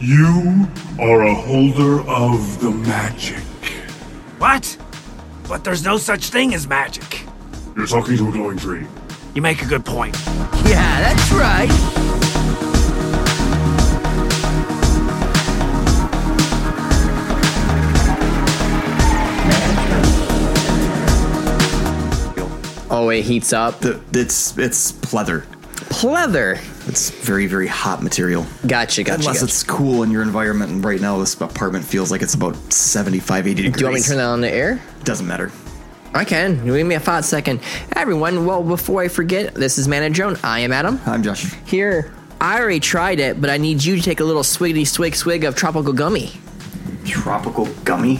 You are a holder of the magic. What? But there's no such thing as magic. You're talking to a glowing tree. You make a good point. Yeah, that's right. Oh, it heats up. The, it's it's pleather. Pleather. It's very very hot material. Gotcha, gotcha. Unless gotcha. it's cool in your environment, and right now this apartment feels like it's about 75, 80 degrees. Do you want me to turn that on the air? Doesn't matter. I can. Give me a five second. Everyone, well, before I forget, this is Mana Joan. I am Adam. I'm Josh. Here. I already tried it, but I need you to take a little swiggity swig swig of tropical gummy. Tropical gummy.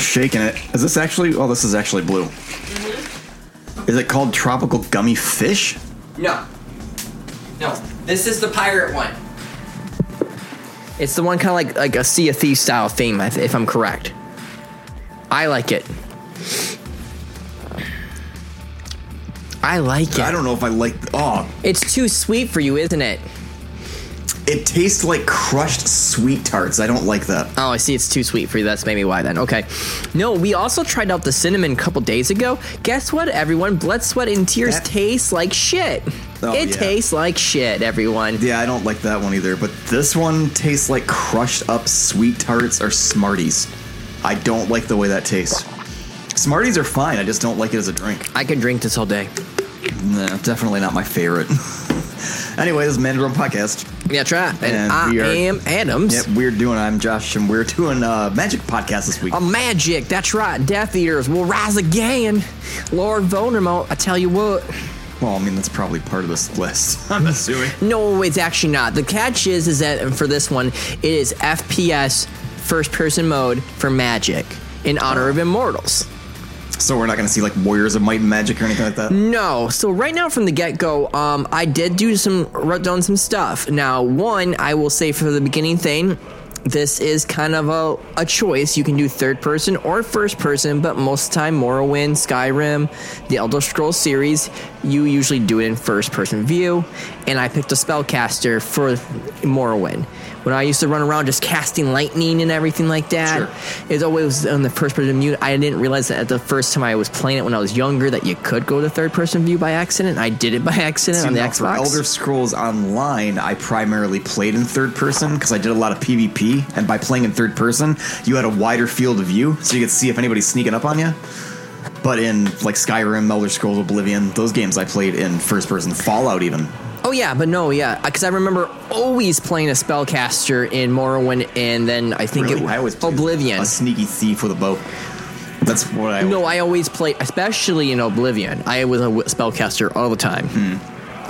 Shaking it. Is this actually? Oh, this is actually blue. Mm-hmm. Is it called tropical gummy fish? No. No. This is the pirate one. It's the one kind of like like a Sea of Thieves style theme, if if I'm correct. I like it. I like it. I don't know if I like. Oh, It's too sweet for you, isn't it? it tastes like crushed sweet tarts. I don't like that. Oh, I see. It's too sweet for you. That's maybe why then. Okay. No, we also tried out the cinnamon a couple days ago. Guess what, everyone? Blood, sweat, and tears That- taste like shit. Oh, it yeah. tastes like shit, everyone. Yeah, I don't like that one either. But this one tastes like crushed up sweet tarts or Smarties. I don't like the way that tastes. Smarties are fine. I just don't like it as a drink. I could drink this all day. Nah, definitely not my favorite. anyway, this is Mandarin Podcast. Yeah, try. it. And, And I we are- am Adams. Yep, we're doing. I'm Josh, and we're doing a magic podcast this week. A magic, that's right. Death Eaters will rise again. Lord Voldemort, I tell you what. well, I mean that's probably part of this list. I'm assuming. No, it's actually not. The catch is, is that for this one, it is FPS first person mode for magic in honor of immortals. So we're not going to see like Warriors of Might and Magic or anything like that. No. So right now, from the get go, um, I did do some wrote down some stuff. Now, one, I will say for the beginning thing, this is kind of a, a choice. You can do third person or first person, but most of the time, Morrowind, Skyrim, the Elder Scrolls series, you usually do it in first person view. And I picked a spellcaster for Morrowind. When I used to run around just casting lightning and everything like that, Sure. it's always on the first person view. I didn't realize that at the first time I was playing it when I was younger that you could go to third person view by accident. I did it by accident on the Now, For Xbox. Elder Scrolls Online, I primarily played in third person because I did a lot of PvP, and by playing in third person, you had a wider field of view, so you could see if anybody's sneaking up on you. But in like Skyrim, Elder Scrolls Oblivion, those games I played in first person, Fallout even. oh yeah, but no, yeah, because I remember always playing a spellcaster in Morrowind, and then I think it I always was played Oblivion. a sneaky thief with a bow. That's what I. No, I always played, especially in Oblivion. I was a w- spellcaster all the time. Hmm.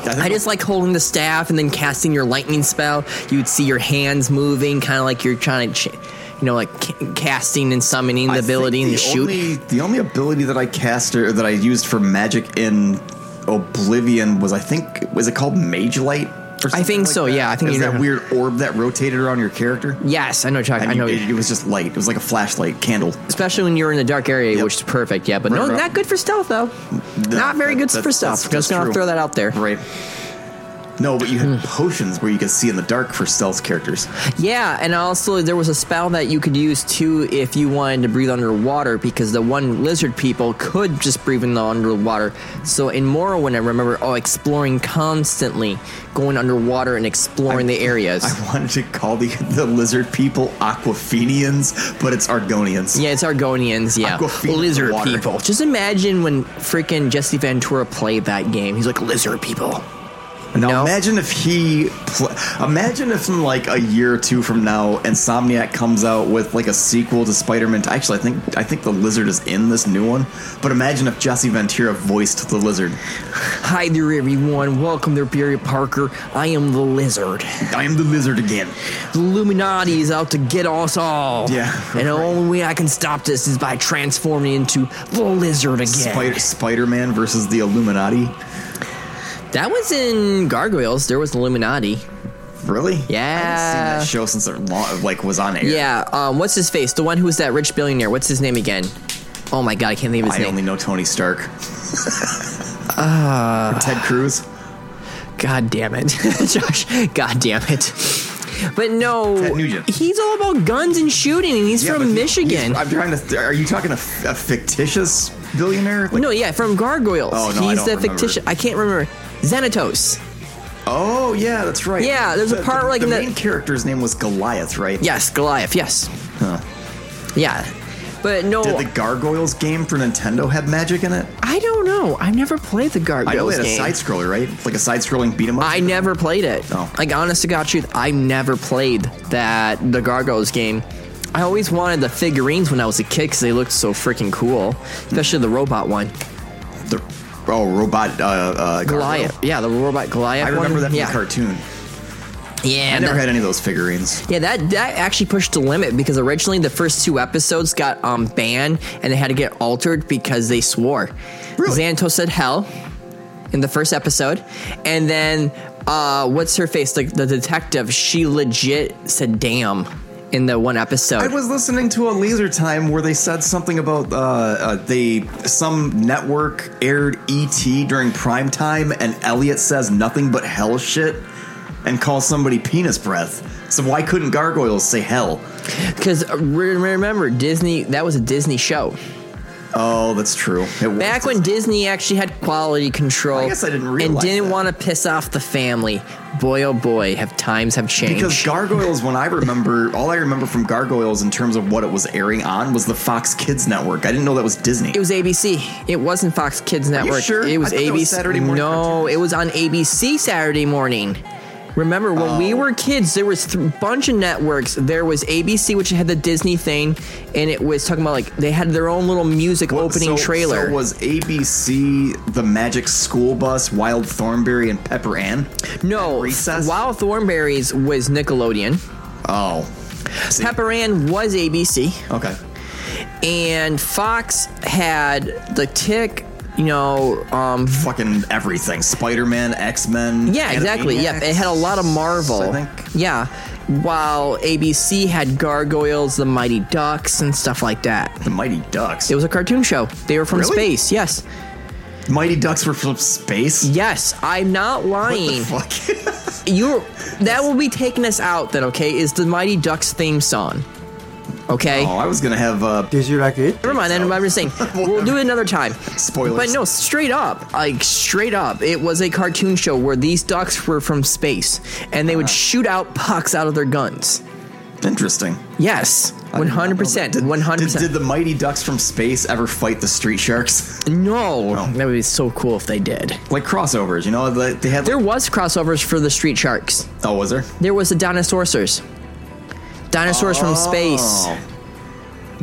think I just like holding the staff and then casting your lightning spell. You'd see your hands moving, kind of like you're trying to, ch- you know, like ca- casting and summoning the I think ability and the shoot. Only, the only ability that I cast or that I used for magic in Oblivion was I think was it called Mage Light? Or something think like so, that? yeah, I think it was you that know- weird orb that rotated around your character. yes, I know. Chuck, And I know. you, it, it was just light. It was like a flashlight candle. especially when you're in a dark area, Yep. which is perfect. Yeah, but Right, no, right. not good for stealth though. not very that- good that- for that's- stealth. that's Just gonna true. throw that out there. Hmm. Right. No, but you had potions where you could see in the dark for stealth characters. Yeah, and also there was a spell that you could use too if you wanted to breathe underwater because the one lizard people could just breathe in the underwater. So in Morrowind, I remember oh exploring constantly, going underwater and exploring the areas. I wanted to call the, the lizard people Aquafenians, but it's Argonians. yeah, it's Argonians. Yeah, Aquafina in the lizard water. people. Just imagine when freaking Jesse Ventura played that game. He's like lizard people. Now No. imagine if he, pl- imagine if in like a year or two from now, Insomniac comes out with like a sequel to Spider-Man. Actually, I think I think the Lizard is in this new one. But imagine if Jesse Ventura voiced the Lizard. Hi there, everyone. Welcome there, Barry Parker. I am the lizard. I am the Lizard again. The Illuminati is out to get us all. Yeah, And the right. only way I can stop this is by transforming into the lizard again. Spider- Spider-Man versus the Illuminati. that was in Gargoyles. There was Illuminati. Really? I Yeah. haven't seen that show since it lo- like was on air. Yeah. Um, what's his face? The one who was that rich billionaire. What's his name again? Oh my god, I can't think of his I name. Uh, only know Tony Stark. Ted Cruz. God damn it, Josh. God damn it. But no, Ted Nugent. he's all about guns and shooting, and he's Yeah, but from he- Michigan. he's- I'm trying to. Are you talking a, a fictitious billionaire? Like, no, yeah, from Gargoyles. Oh, no, I he's don't the remember. fictitious. I can't remember. Xanatos. Oh yeah, that's right. Yeah, there's a The- part, the, like, the in the- main character's name was Goliath, right? Yes, Goliath. Yes. Yeah, but no, Did the Gargoyles game for Nintendo have magic in it? I don't know. I've never played the Gargoyles I know they had a game. side scroller, right? Like a side scrolling beat 'em up. I never played it. Oh. Like honest to God truth, I never played that the Gargoyles game. I always wanted the figurines when I was a kid because they looked so freaking cool, especially the robot one, The, oh, robot uh, uh, gargoyle. Goliath. Yeah, the robot Goliath. I remember one. that from yeah. the cartoon. Yeah, I never that- had any of those figurines. Yeah, that that actually pushed the limit because originally the first two episodes got um banned and they had to get altered because they swore. Really? Xantos said hell in the first episode, and then uh, what's her face? Like the detective, she legit said damn in the one episode. I was listening to a laser time where they said something about uh, uh, they some network aired ET during prime time, and Elliot says nothing but hell shit and calls somebody penis breath. So why couldn't gargoyles say hell? Because uh, remember Disney, that was a Disney show. Oh, that's true. It was- Back when Disney actually had quality control, I guess I didn't realize and didn't that. want to piss off the family. Boy, oh boy, have times have changed. Because Gargoyles, when I remember, all I remember from Gargoyles in terms of what it was airing on was the Fox Kids network. I didn't know that was Disney. It was ABC. It wasn't Fox Kids Network. sure? It was I thought ABC. that was Saturday morning no, cartoons. it was on ABC Saturday morning. Remember when we Oh. were kids, there was a bunch of networks. There was ABC, which had the Disney thing, and it was talking about like they had their own little music Well, opening so- trailer. So was ABC, The Magic School Bus, Wild Thornberry, and Pepper Ann? no, Recess? Wild Thornberries was Nickelodeon. Oh, Pepper Ann was ABC, okay. and Fox had the Tick. You know, um, Fucking everything. Spider Man, X Men. Yeah, exactly. Yep, it had a lot of Marvel. I think. Yeah, while ABC had Gargoyles, the Mighty Ducks, and stuff like that. The Mighty Ducks. It was a cartoon show. They were from Really? space. Yes, Mighty Ducks were from space. yes. I'm not lying. What the fuck? You're that will be taking us out. Then okay, is the Mighty Ducks theme song? Okay. oh, I was gonna have uh, Did you like it? Never mind. then I'm just saying we'll do it another time. Spoilers. But no, straight up, like straight up, it was a cartoon show where these ducks were from space and they would Uh-huh. shoot out pucks out of their guns. interesting. Yes, one hundred percent, Did- one hundred Did, did percent. the Mighty Ducks from space ever fight the Street Sharks? No, Oh. that would be so cool if they did. like crossovers, you know? Like they had. There was crossovers for the Street Sharks. oh, was there? There was the Dinosaurs, dinosaurs from space. Oh.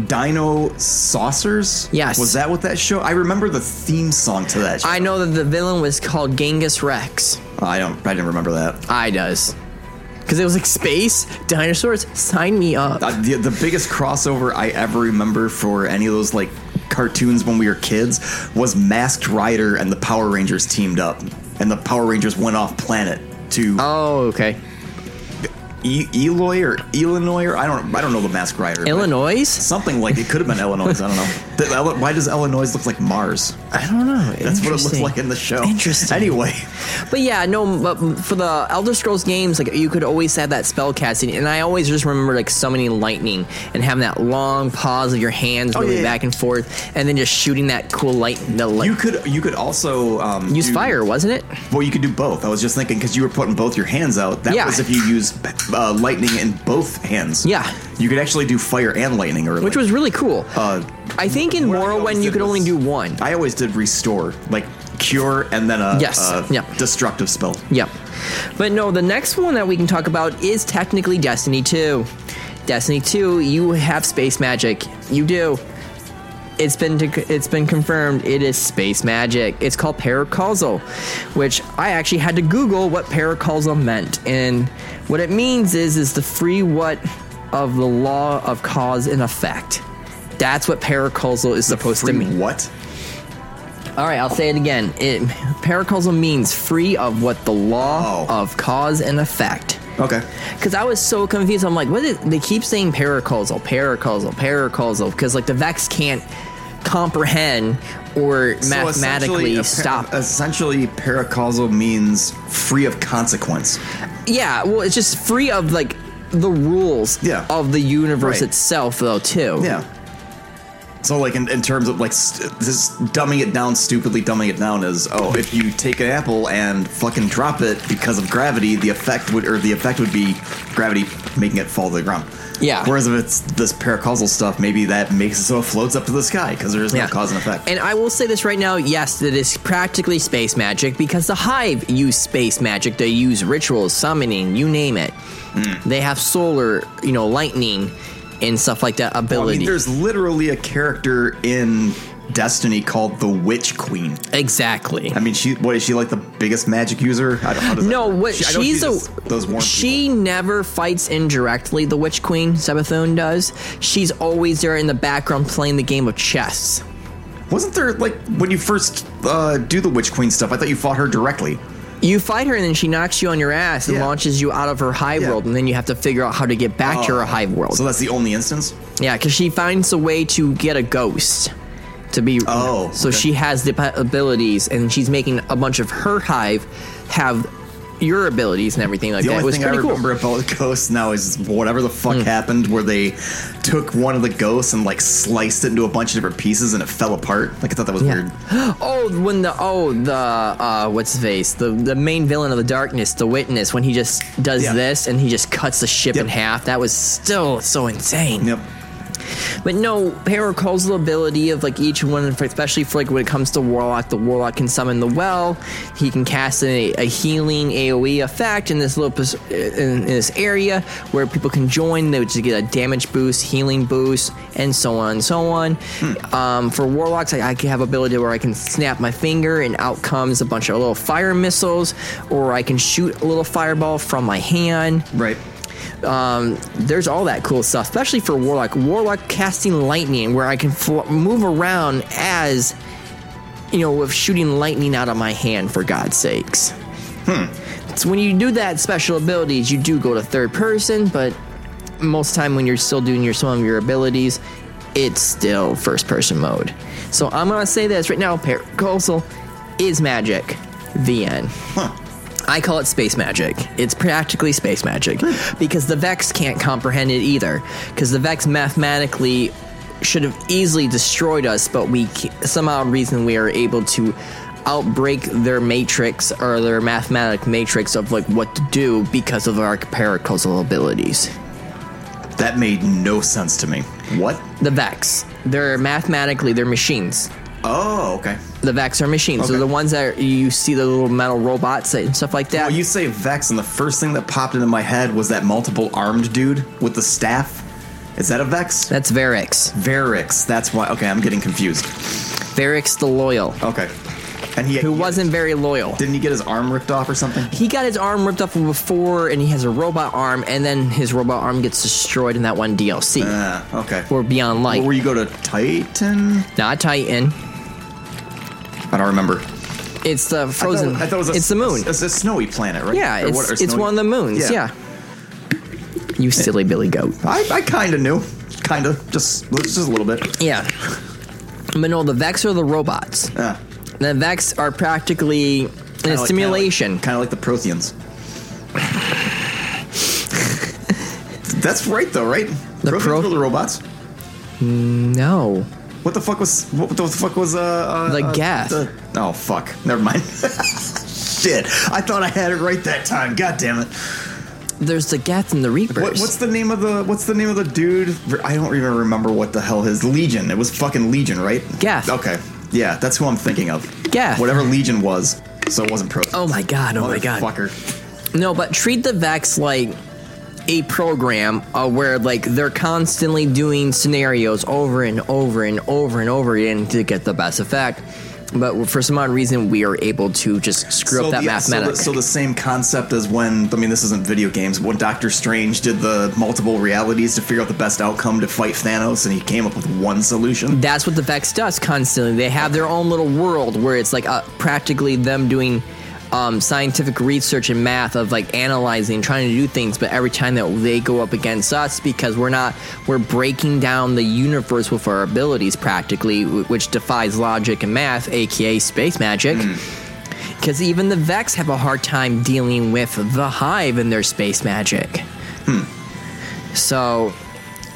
Dino Saucers? Yes. Was that what that show? I remember the theme song to that. Show. I know that the villain was called Genghis Rex. I don't. I didn't remember that. I does, because it was like space dinosaurs. Sign me up. Uh, the, the biggest crossover I ever remember for any of those like cartoons when we were kids was Masked Rider and the Power Rangers teamed up, and the Power Rangers went off planet to Oh, okay. E- Eloy or Illinois or I don't I don't know the Masked Rider. but Illinois? Something like it could have been Illinois. I don't know. The- Ele- Why does Illinois look like Mars? I don't know. That's what it looks like in the show. Interesting. Anyway, But yeah, no. But for the Elder Scrolls games, like you could always have that spell casting, and I always just remember like summoning lightning and having that long pause of your hands moving yeah, yeah. back and forth, and then just shooting that cool light. The light. you could you could also um, use do- fire, wasn't it? Well, you could do both. I was just thinking because you were putting both your hands out. That Yeah. was if you used uh, lightning in both hands. Yeah. you could actually do fire and lightning, or Which was really cool. Uh, I think in what I always Morrowind you did could only was- do one. I always did restore, like cure, and then a Yes, a yeah. destructive spell. Yep. But no, the next one that we can talk about is technically Destiny 2. Destiny 2, you have space magic. You do. It's been it's been confirmed. It is space magic. It's called paracausal, which I actually had to Google what paracausal meant, and what it means is is the free what of the law of cause and effect. That's what paracausal is supposed to Free mean. what? All right, I'll say it again. It, paracausal means free of what the law Oh. of cause and effect. Okay. Because I was so confused. I'm like, what is? They keep saying paracausal, paracausal, paracausal. Because like the Vex can't comprehend or mathematically essentially, stop. appa- Essentially, paracausal means free of consequence. yeah, well, it's just free of like the rules Yeah. of the universe Right. itself, though, too. Yeah. So, like, in, in terms of, like, st- this dumbing it down, stupidly dumbing it down is, oh, if you take an apple and fucking drop it because of gravity, the effect would, or the effect would be gravity making it fall to the ground. Yeah. Whereas if it's this paracausal stuff, maybe that makes it so it floats up to the sky because there is no cause and effect. And I will say this right now yes, it is practically space magic because the Hive use space magic. They use rituals, summoning, you name it. Hmm. They have solar, you know, lightning and stuff like that Well, I mean, ability. there's literally a character in Destiny called the Witch Queen. exactly. I mean, she what is she like the biggest magic user? I don't, how does that No, work? what She- I know she's a just those warm she never fights indirectly. The Witch Queen Sabathun does. She's always there in the background playing the game of chess. people. wasn't there like when you first uh, do the Witch Queen stuff? I thought you fought her directly. You fight her and then she knocks you on your ass and Yeah. launches you out of her hive Yeah. world, and then you have to figure out how to get back to Oh. her hive world. So that's the only instance. yeah, because she finds a way to get a ghost to be. Oh, so okay. she has the pa- abilities, and she's making a bunch of her hive have your abilities and everything like The that. It only was thing I pretty cool. Hmm. remember about Ghosts now is whatever the fuck happened, where they took one of the ghosts and like sliced it into a bunch of different pieces and it fell apart. Like I thought that was Yeah. weird. Oh, when the oh the uh what's his face the the main villain of the darkness, the witness, when he just does Yeah. this and he just cuts the ship Yep. in half. That was still so insane. Yep. But no, paracausal ability of like each one, especially for like when it comes to warlock, the warlock can summon the well. He can cast a, a healing AOE effect in this little pos- in, in this area where people can join. They would just get a damage boost, healing boost, and so on and so on. Um, for warlocks, I, I can have ability where I can snap my finger and out comes a bunch of little fire missiles, or I can shoot a little fireball from my hand Right. um, there's all that cool stuff, especially for Warlock. Warlock casting lightning, where I can fl- move around as, you know, with shooting lightning out of my hand, for God's sakes. Hmm. So when you do that special abilities, you do go to third person, but most time when you're still doing your some of your abilities, it's still first person mode. So I'm gonna say this right now: Paracoasal is magic. The end. I call it space magic. It's practically space magic because the Vex can't comprehend it either. Because the Vex mathematically should have easily destroyed us, but we ca- somehow reason we are able to outbreak their matrix or their mathematic matrix of like what to do because of our paracausal abilities. That made no sense to me. What? The Vex, they're mathematically they're machines. Oh, okay. The Vex are machines. They're Okay. the ones that you see the little metal robots that- and stuff like that. Well, you say Vex, and the first thing that popped into my head was that multiple armed dude with the staff. Is that a Vex? That's Varix. Varix. That's why. Okay, I'm getting confused. Varix the loyal. Okay, and he Who wasn't very loyal. Didn't he get his arm ripped off or something? he got his arm ripped off before, and he has a robot arm, and then his robot arm gets destroyed in that one DLC Uh, okay. or Beyond Light. Where you go to Titan? Not Titan. I don't remember. It's the frozen. I thought, I thought it was a, it's the moon. It's a snowy planet, right? yeah, Or it's what- or it's snowy- one of the moons. Yeah. You silly Billy Goat. I, I kind of knew. Kind of. Just just a little bit. Yeah. But no, the Vex are the robots. Uh, The Vex are practically in a simulation. Kind of like the Protheans. That's right, though, right? The Protheans Pro- were the robots. no. What the fuck was what the fuck was uh, uh The uh, Geth. the- oh fuck, never mind. Shit, I thought I had it right that time. God damn it! There's the Geth and the Reapers. What, what's the name of the what's the name of the dude? I don't even remember what the hell his Legion. It was fucking Legion, right? Geth. Okay, yeah, that's who I'm thinking of. Geth. Whatever Legion was, so it wasn't pro. Oh my god, oh my god. Fucker. No, but treat the Vex like a program uh, where like they're constantly doing scenarios over and over and over and over again to get the best effect. But for some odd reason, we are able to just screw up that the, so, mathematics. the, so the same concept as when I mean this isn't video games. When Doctor Strange did the multiple realities to figure out the best outcome to fight Thanos, and he came up with one solution. That's what the Vex does constantly. They have their own little world where it's like uh, practically them doing um, scientific research and math of like analyzing, trying to do things. But every time that they go up against us, because we're not, we're breaking down the universe with our abilities practically, wh- which defies logic and math, aka space magic. Because even the Vex have a hard time dealing with the Hive and their space magic. So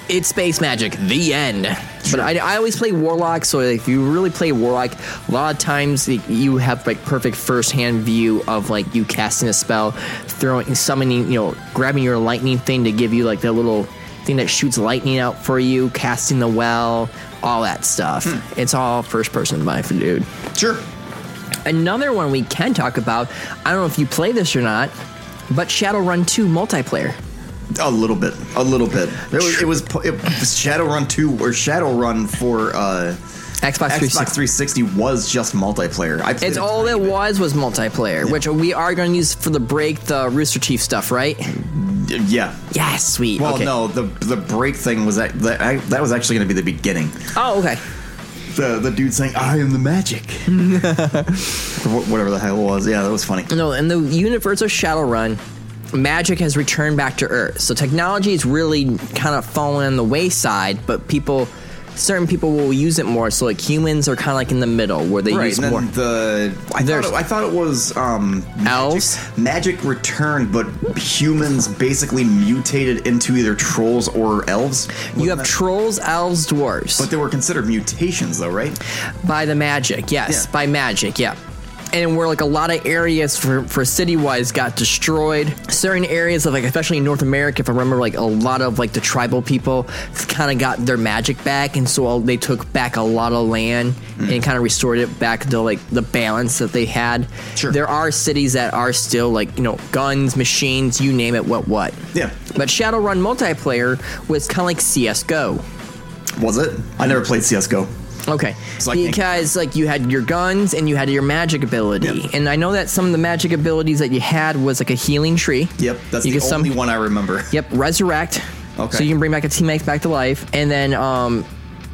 it's space magic. The end. But I, I always play warlock, so if you really play warlock, a lot of times y- you have like perfect first-hand view of like you casting a spell, throwing, summoning, you know, grabbing your lightning thing to give you like the little thing that shoots lightning out for you, casting the well, all that stuff. It's all first-person mind, dude. Sure. Another one we can talk about. I don't know if you play this or not, but Shadowrun 2 multiplayer. A little bit. A little bit. It was, it was, it was Shadowrun 2 or Shadowrun for uh, Xbox 360. Xbox 360 was just multiplayer. I played It's a all tiny it bit. was was multiplayer, which we are going to use for the break, the Rooster Chief stuff, right? Yeah. Yes, sweet. Well, okay. no, the the break thing was that that, I, that was actually going to be the beginning. Oh, okay. The the dude saying, "I am the magic," Or wh- whatever the hell it was. Yeah, that was funny. No, in the universe of Shadowrun, magic has returned back to Earth. So technology is really kind of fallen on the wayside, but people, certain people will use it more. So like humans are kind of like in the middle where they Right, use and then more. the I thought, There's- it, I thought it was um, magic- Elves? Magic returned, but humans basically mutated into either trolls or elves. You Wasn't have that- trolls, elves, dwarves. but they were considered mutations, though, right? By the magic, yes. Yeah. By magic, yeah. And where like a lot of areas for, for city wise got destroyed. Certain areas of like especially in North America, if I remember, like a lot of like the tribal people kind of got their magic back, and so they took back a lot of land Mm. and kind of restored it back to like the balance that they had. Sure. There are cities that are still like you know guns, machines, you name it, what what. Yeah. But Shadowrun multiplayer was kind of like CS:GO. Was it? I never played CS:GO. Okay, So I can't- because like you had your guns and you had your magic ability, Yeah. and I know that some of the magic abilities that you had was like a healing tree. Yep, that's you the get only some. one I remember. Yep, resurrect. Okay. So you can bring back a teammate back to life, and then um,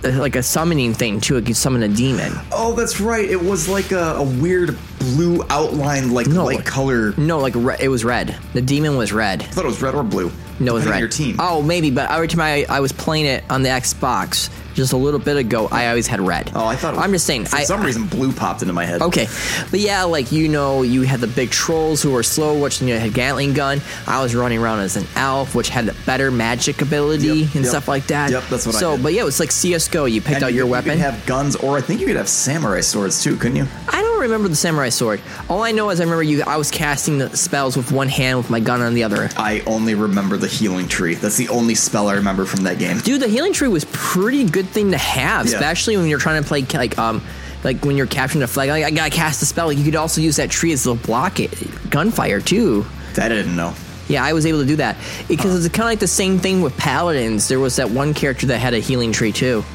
like a summoning thing too. Like you summon a demon. Oh, that's right. It was like a, a weird blue outlined, like No. light color. I No, like re- it was red. The demon was red. thought it was red or blue. No, it was Depending on red. Your team. Oh, maybe, but every time I, I was playing it on the Xbox just a little bit ago, I always had red. Oh, I thought. It was, I'm just saying. For I, some reason, blue popped into my head. Okay, but yeah, like you know, you had the big trolls who were slow, which you know, had Gatling gun. I was running around as an elf, which had the better magic ability Yep, and yep. stuff like that. Yep, that's what I So, did. but yeah, it was like CS:GO. You picked And out you your could- weapon. You could have guns, or I think you could have samurai swords too, couldn't you? I don't remember the samurai sword. All I know is I remember you. I was casting the spells with one hand with my gun on the other. I only remember the healing tree. That's the only spell I remember from that game. Dude, the healing tree was pretty good thing to have, Yeah. especially when you're trying to play like um. Like when you're capturing a flag, like I gotta cast a spell. Like you could also use that tree as the block it, gunfire too. That I didn't know. Yeah, I was able to do that because it's kind of like the same thing with paladins. There was that one character that had a healing tree too.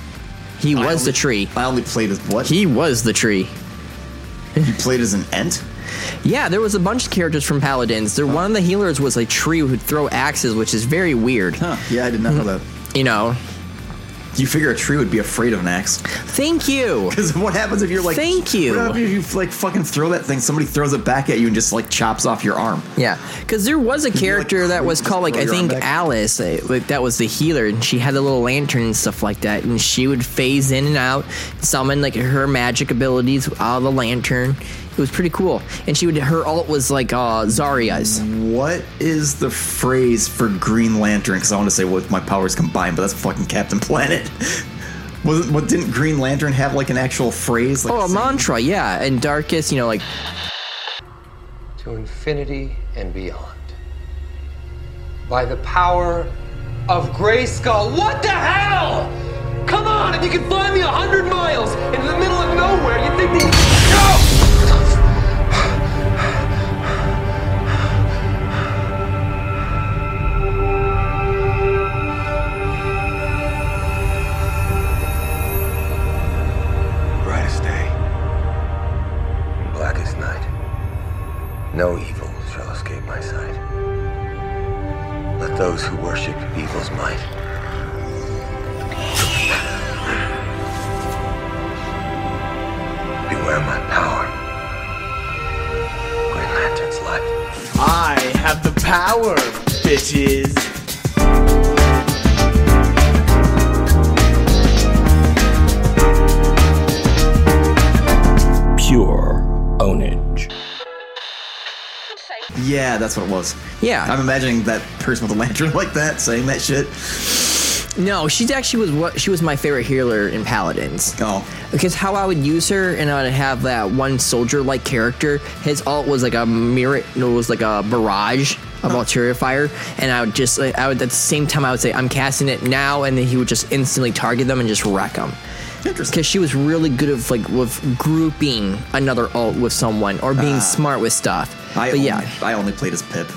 He I was only- the tree. I only played as what? He was the tree. you played as an ent? Yeah, there was a bunch of characters from paladins. There, one of the healers was a tree who'd throw axes, which is very weird. Huh. Yeah, I did not know that. You know. You figure a tree would be afraid of an axe. Thank you. Because what happens if you're like? Thank you. What happens if you like fucking throw that thing? Somebody throws it back at you and just like chops off your arm. Yeah, because there was a character that was just called like throw I your arm think back? Alice. uh, like, that was the healer, and she had the little lantern and stuff like that, and she would phase in and out, summon like her magic abilities out of the lantern. It was pretty cool, and she would her alt was like uh, Zarya's. What is the phrase for Green Lantern? Because I want to say with my powers combined, but that's fucking Captain Planet. Wasn't what didn't Green Lantern have like an actual phrase? Like Oh, a saying- mantra, yeah, and darkest, you know, like to infinity and beyond. By the power of Grayskull. What the hell? Come on, if you can find me a hundred miles into the middle of nowhere, you think that you brightest day, blackest night. No evil shall escape my sight. Let those who worship evil's might. Beware my power. Greenland. have the power, bitches. Pure ownage. Yeah, that's what it was. Yeah. I'm imagining that person with a lantern like that saying that shit. No, she actually was what she was my favorite healer in Paladins. Oh. Because how I would use her, and I would have that one soldier-like character. His alt was like a mirror, no, it was like a barrage of ulterior fire, and I would just, like, I would at the same time, I would say, "I'm casting it now," and then he would just instantly target them and just wreck them. Interesting. Because she was really good of like with grouping another alt with someone or being smart with stuff. Ah. I but only, yeah, I only played as Pip.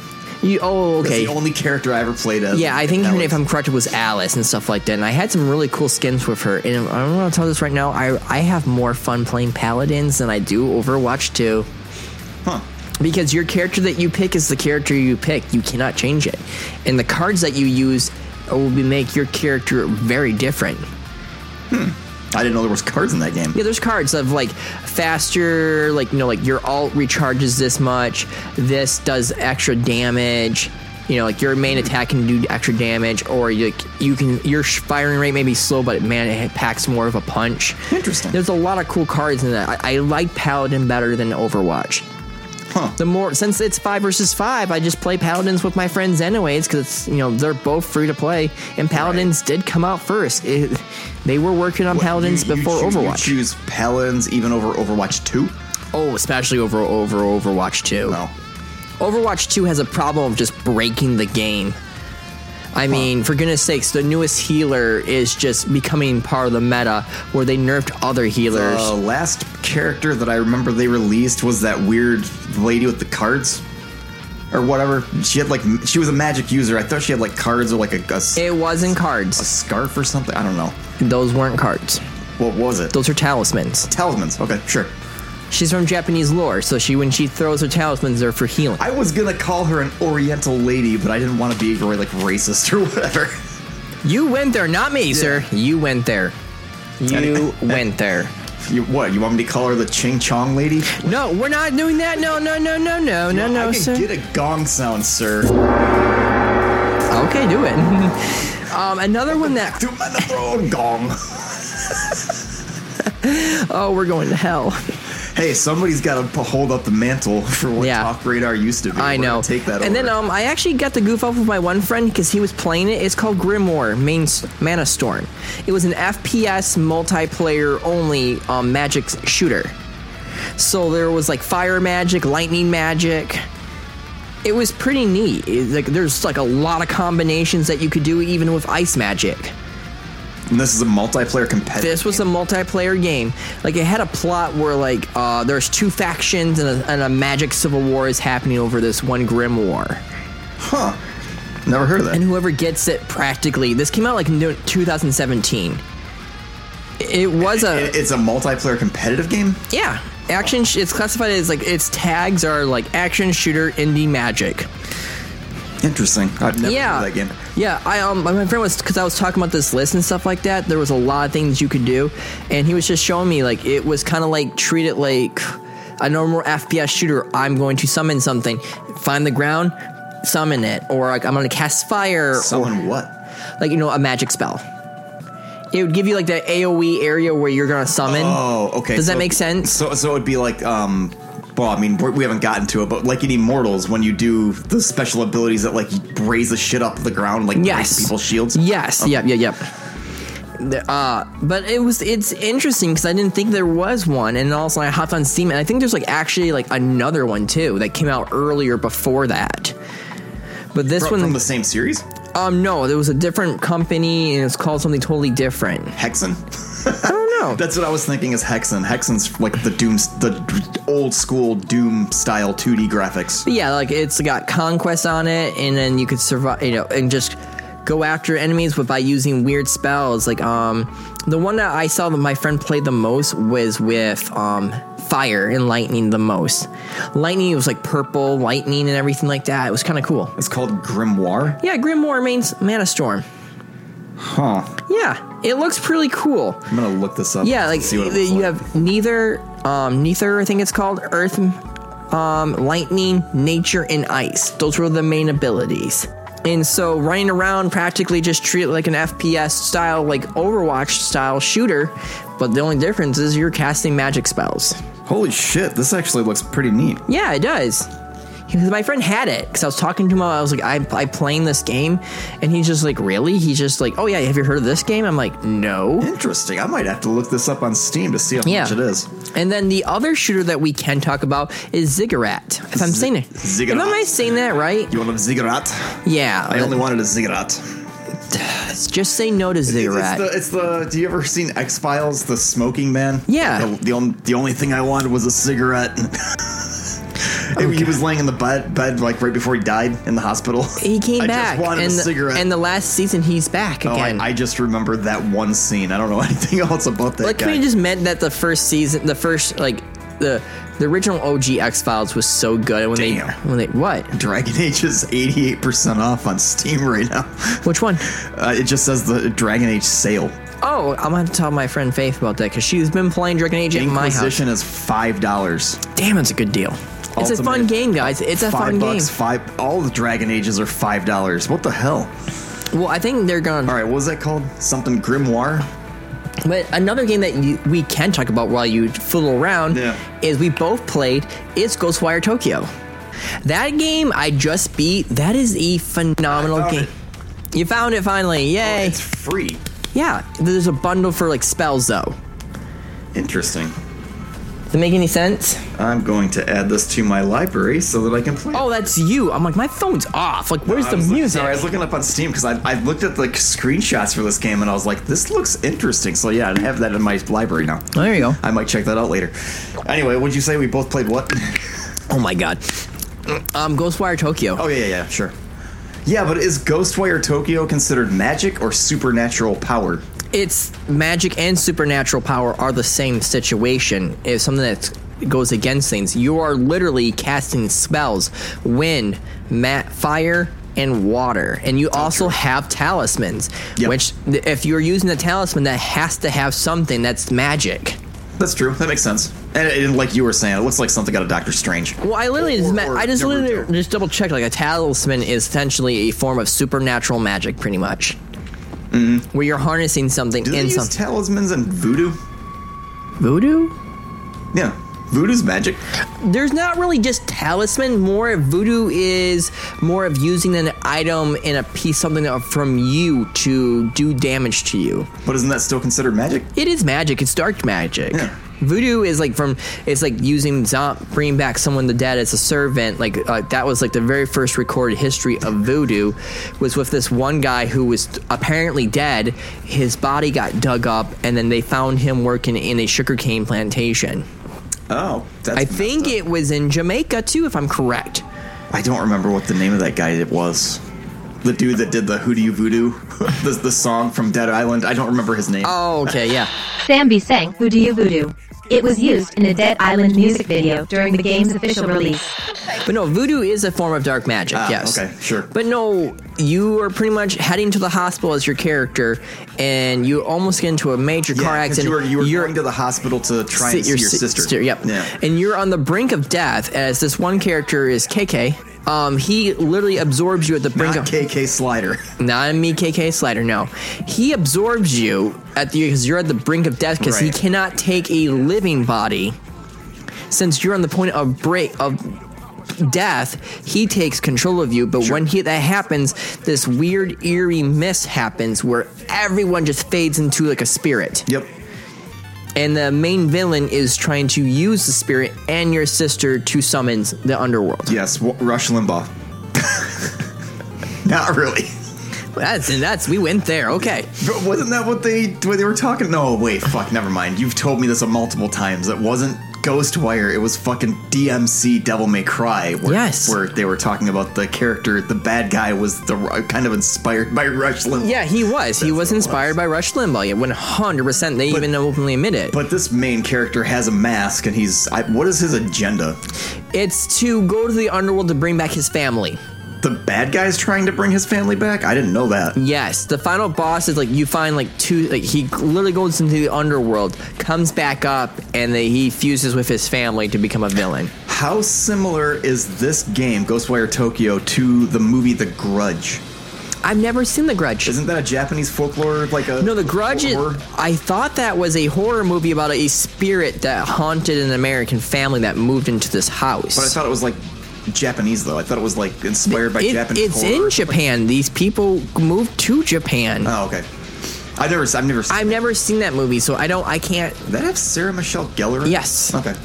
you, oh That's okay. the only character I ever played as. Yeah, I think That her name, was- if I'm correct, was Alice and stuff like that. And I had some really cool skins with her. And I'm going to tell this right now. I I have more fun playing paladins than I do Overwatch 2 Huh. because your character that you pick is the character you pick. You cannot change it, and the cards that you use will be make your character very different. I didn't know there was cards in that game. Yeah, there's cards of like faster, like you know, like your alt recharges this much. This does extra damage. You know, like your main attack can do extra damage, or you, like, you can your sh- firing rate may be slow, but it, man, it packs more of a punch. Interesting. There's a lot of cool cards in that. I, I like Paladin better than Overwatch. Huh. The more since it's five versus five, I just play Paladins with my friends anyways because you know they're both free to play, and Paladins did come out first. It, they were working on What, Paladins you- you before choo- Overwatch. You choose Paladins even over Overwatch 2? Oh, especially over over Overwatch 2. No. Overwatch 2 has a problem of just breaking the game. I mean, for goodness sakes, the newest healer is just becoming part of the meta where they nerfed other healers. The Uh, last character that I remember they released was that weird lady with the cards. Or whatever. She had like, m- she was a magic user. I thought she had like cards or like a, a s- It wasn't cards. scarf or something. I don't know. Those weren't cards. What was it? Those are talismans. talismans. Okay, sure. She's from Japanese lore, so she when she throws her talismans, they're for healing. I was gonna call her an Oriental lady, but I didn't want to be really, like racist or whatever. You went there, not me, sir. You went there. You Anyway. went there. You, what? You want me to call her the Ching Chong lady? No, we're not doing that. No, no, no, no, no, no, I no, can sir. get a gong sound, sir. Okay, do it. um, another one that Do my number one gong. oh, we're going to hell. Hey, somebody's got to hold up the mantle for what Yeah. Talk Radar used to be. I We're know. gonna Take that. and over. then um, I actually got to goof off with my one friend because he was playing it. It's called Grimoire Main Mana Storm. It was an FPS multiplayer only um, magic shooter. So there was like fire magic, lightning magic. It was pretty neat. It- like there's like a lot of combinations that you could do even with ice magic. And this is a multiplayer competitive. this was a game. multiplayer game. Like it had a plot where like uh, there's two factions and a, and a magic civil war is happening over this one grim war. huh? Never heard of that. And whoever gets it practically, this came out like in 2017. It was a It- it's a multiplayer competitive game. yeah action. sh- It's classified as like its tags are like action shooter indie magic. Interesting. I've never heard of that game. Yeah, I um, my friend was because I was talking about this list and stuff like that. There was a lot of things you could do, and he was just showing me like it was kind of like treat it like a normal FPS shooter. I'm going to summon something, find the ground, summon it, or like, I'm going to cast fire, Someone what? or, like you know a magic spell. It would give you like that AOE area where you're going to summon. Oh, okay. Does that so- make sense? So, so it'd be like, um, well, I mean, we're- we haven't gotten to it, but like in Immortals, when you do the special abilities that like raise the shit up the ground, like Yes. break people's shields. Yes. Yep. Yep. Yep. The- Uh, but it was it's interesting because I didn't think there was one, and also I hopped on Steam, and I think there's like actually like another one too that came out earlier before that. But this From, one, from the same series, um, no, there was a different company, and it's called something totally different. Hexen. I don't know. That's what I was thinking is Hexen. Hexen's like the Doom, the old school Doom style 2D graphics. But yeah, like it's got conquest on it, and then you could survive, you know, and just go after enemies with by using weird spells. Like um, the one that I saw that my friend played the most was with um fire and lightning the most. Lightning was like purple lightning and everything like that. It was kind of cool. It's called Grimoire. Yeah, Grimoire means Mana Storm. Huh. Yeah, it looks pretty cool. I'm gonna look this up. Yeah, like see what it you looks like. have neither um neither I think it's called earth um, lightning, nature, and ice. Those were the main abilities. And so running around practically just treat it like an FPS style, like Overwatch style shooter, but the only difference is you're casting magic spells. Holy shit, this actually looks pretty neat. Yeah, it does. Because my friend had it because I was talking to him. I was like, I, I playing this game, and he's just like, really? He's just like, oh yeah, have you heard of this game? I'm like, no. Interesting. I might have to look this up on Steam to see how Yeah. much it is. And then the other shooter that we can talk about is Ziggurat. If I'm Z- saying it, Ziggurat. Am I saying that right? You want a ziggurat? Yeah. I only wanted a ziggurat. just say no to Ziggurat. It's the, it's the. Do you ever seen X Files? The smoking man. Yeah. The, the, on- the only thing I wanted was a cigarette. He- he was laying in the bed, bed like right before he died in the hospital. he came I back, Just wanted and a the- cigarette. and the last season he's back oh, again. I, I just remember that one scene. I don't know anything else about that Like, guy. could have just meant that the first season, the first like the the original OG X Files was so good. When Damn. they when they what? Dragon Age is 88% off on Steam right now. Which one? Uh, it just says the Dragon Age sale. Oh, I'm gonna tell my friend Faith about that because she's been playing Dragon Age at my house. Inquisition is $5. Damn, it's a good deal. It's a Ultimate. fun game, guys. It's a five fun bucks, five. All the Dragon Ages are five dollars. What the hell? game. Well, I think they're gonna. All right, what was that called? Something grimoire. But another game that you, we can talk about while you fiddle around Yeah. is we both played is Ghostwire Tokyo. That game I just beat. That is a phenomenal I found Oh, game. You found it finally! Yay! It's free. yeah, there's a bundle for like spells though. Interesting. Does it make any sense? I'm going to add this to my library so that I can play. it. Oh, that's you. I'm like, my phone's off. Like, where's I the was looking- music? sorry, I was looking up on Steam because I, I looked at like screenshots for this game and I was like, this looks interesting. So yeah, I have that in my library now. Oh, there you go. I might check that out later. Anyway, would you say we both played what? Oh my god. Um, Ghostwire Tokyo. Oh yeah, yeah, yeah, sure. Yeah, but is Ghostwire Tokyo considered magic or supernatural power? It's magic and supernatural power are the same situation. If something that goes against things, you are literally casting spells, wind, ma- fire, and water, and you also have talismans. Yep. Which, th- if you're using a talisman, that has to have something that's magic. That's true. That makes sense. And, and like you were saying, it looks like something out of Doctor Strange. Well, I literally just Or- ma- or I just Naruto. literally just double checked. Like a talisman is essentially a form of supernatural magic, pretty much, where you're harnessing something Mm-hmm. Do they in use something. talismans and voodoo? Voodoo? Yeah, voodoo's magic. There's not really just talisman. More of voodoo is more of using an item and a piece something of- from you to do damage to you. But isn't that still considered magic? It is magic. It's dark magic. Yeah. Voodoo is like from it's like using zom- bringing back someone to dead as a servant. Like uh, that was like the very first recorded history of voodoo was with this one guy who was apparently dead. His body got dug up, and then they found him working in a sugarcane plantation. Oh, that's I think messed it was in Jamaica too, if I'm correct. up. I don't remember what the name of that guy it was. The dude that did the "Who Do You Voodoo," the, the song from Dead Island. I don't remember his name. Oh, okay, yeah. Sambi sang Who Do You Voodoo. It was used in a Dead Island music video during the game's official release. But no, voodoo is a form of dark magic, Ah, yes. okay, sure. But no, you are pretty much heading to the hospital as your character, and you almost get into a major Yeah, car 'cause accident. You were, you were You're- going to the hospital to try and see your, si- sister. Yep. Yeah. And you're on the brink of death as this one character is KK. Um, he literally absorbs you at the brink Not of KK Slider. Not a me KK Slider, no. He absorbs you at the because you're at the brink of death because he Right. cannot take a living body. Since you're on the point of break of death, he takes control of you. But when he, that happens, this weird eerie mist happens where everyone just fades into like a spirit. Yep. And the main villain is trying to use the spirit and your sister to summon the underworld. Yes. W- Rush Limbaugh. Not really. That's and that's we went there. Okay. But wasn't that what they what they were talking? No, wait, fuck, never mind. You've told me this multiple times. It wasn't Ghostwire. It was fucking DMC Devil May Cry. Where, Yes. where they were talking about the character, the bad guy was the kind of inspired by Rush Limbaugh. Yeah, he was. He That's was what it inspired was. by Rush Limbaugh. Yeah, 100%. They even openly admit it. But this main character has a mask, and he's I, what is his agenda? it's to go to the underworld to bring back his family. the bad guy's trying to bring his family back? I didn't know that. Yes, the final boss is like you find like two. Like he literally goes into the underworld, comes back up, and then he fuses with his family to become a villain. How similar is this game, Ghostwire Tokyo, to the movie The Grudge? I've never seen The Grudge. Isn't that a Japanese folklore like a no, The Grudge. Is, horror? I thought that was a horror movie about a spirit that haunted an American family that moved into this house. But I thought it was like Japanese though. I thought it was like inspired by It- Japanese. It's horror. in Japan. These people moved to Japan. Oh, okay. I've never, I've never. Seen I've never seen that movie, so I don't. I can't. Did that have Sarah Michelle Gellar? in it? Yes. Okay.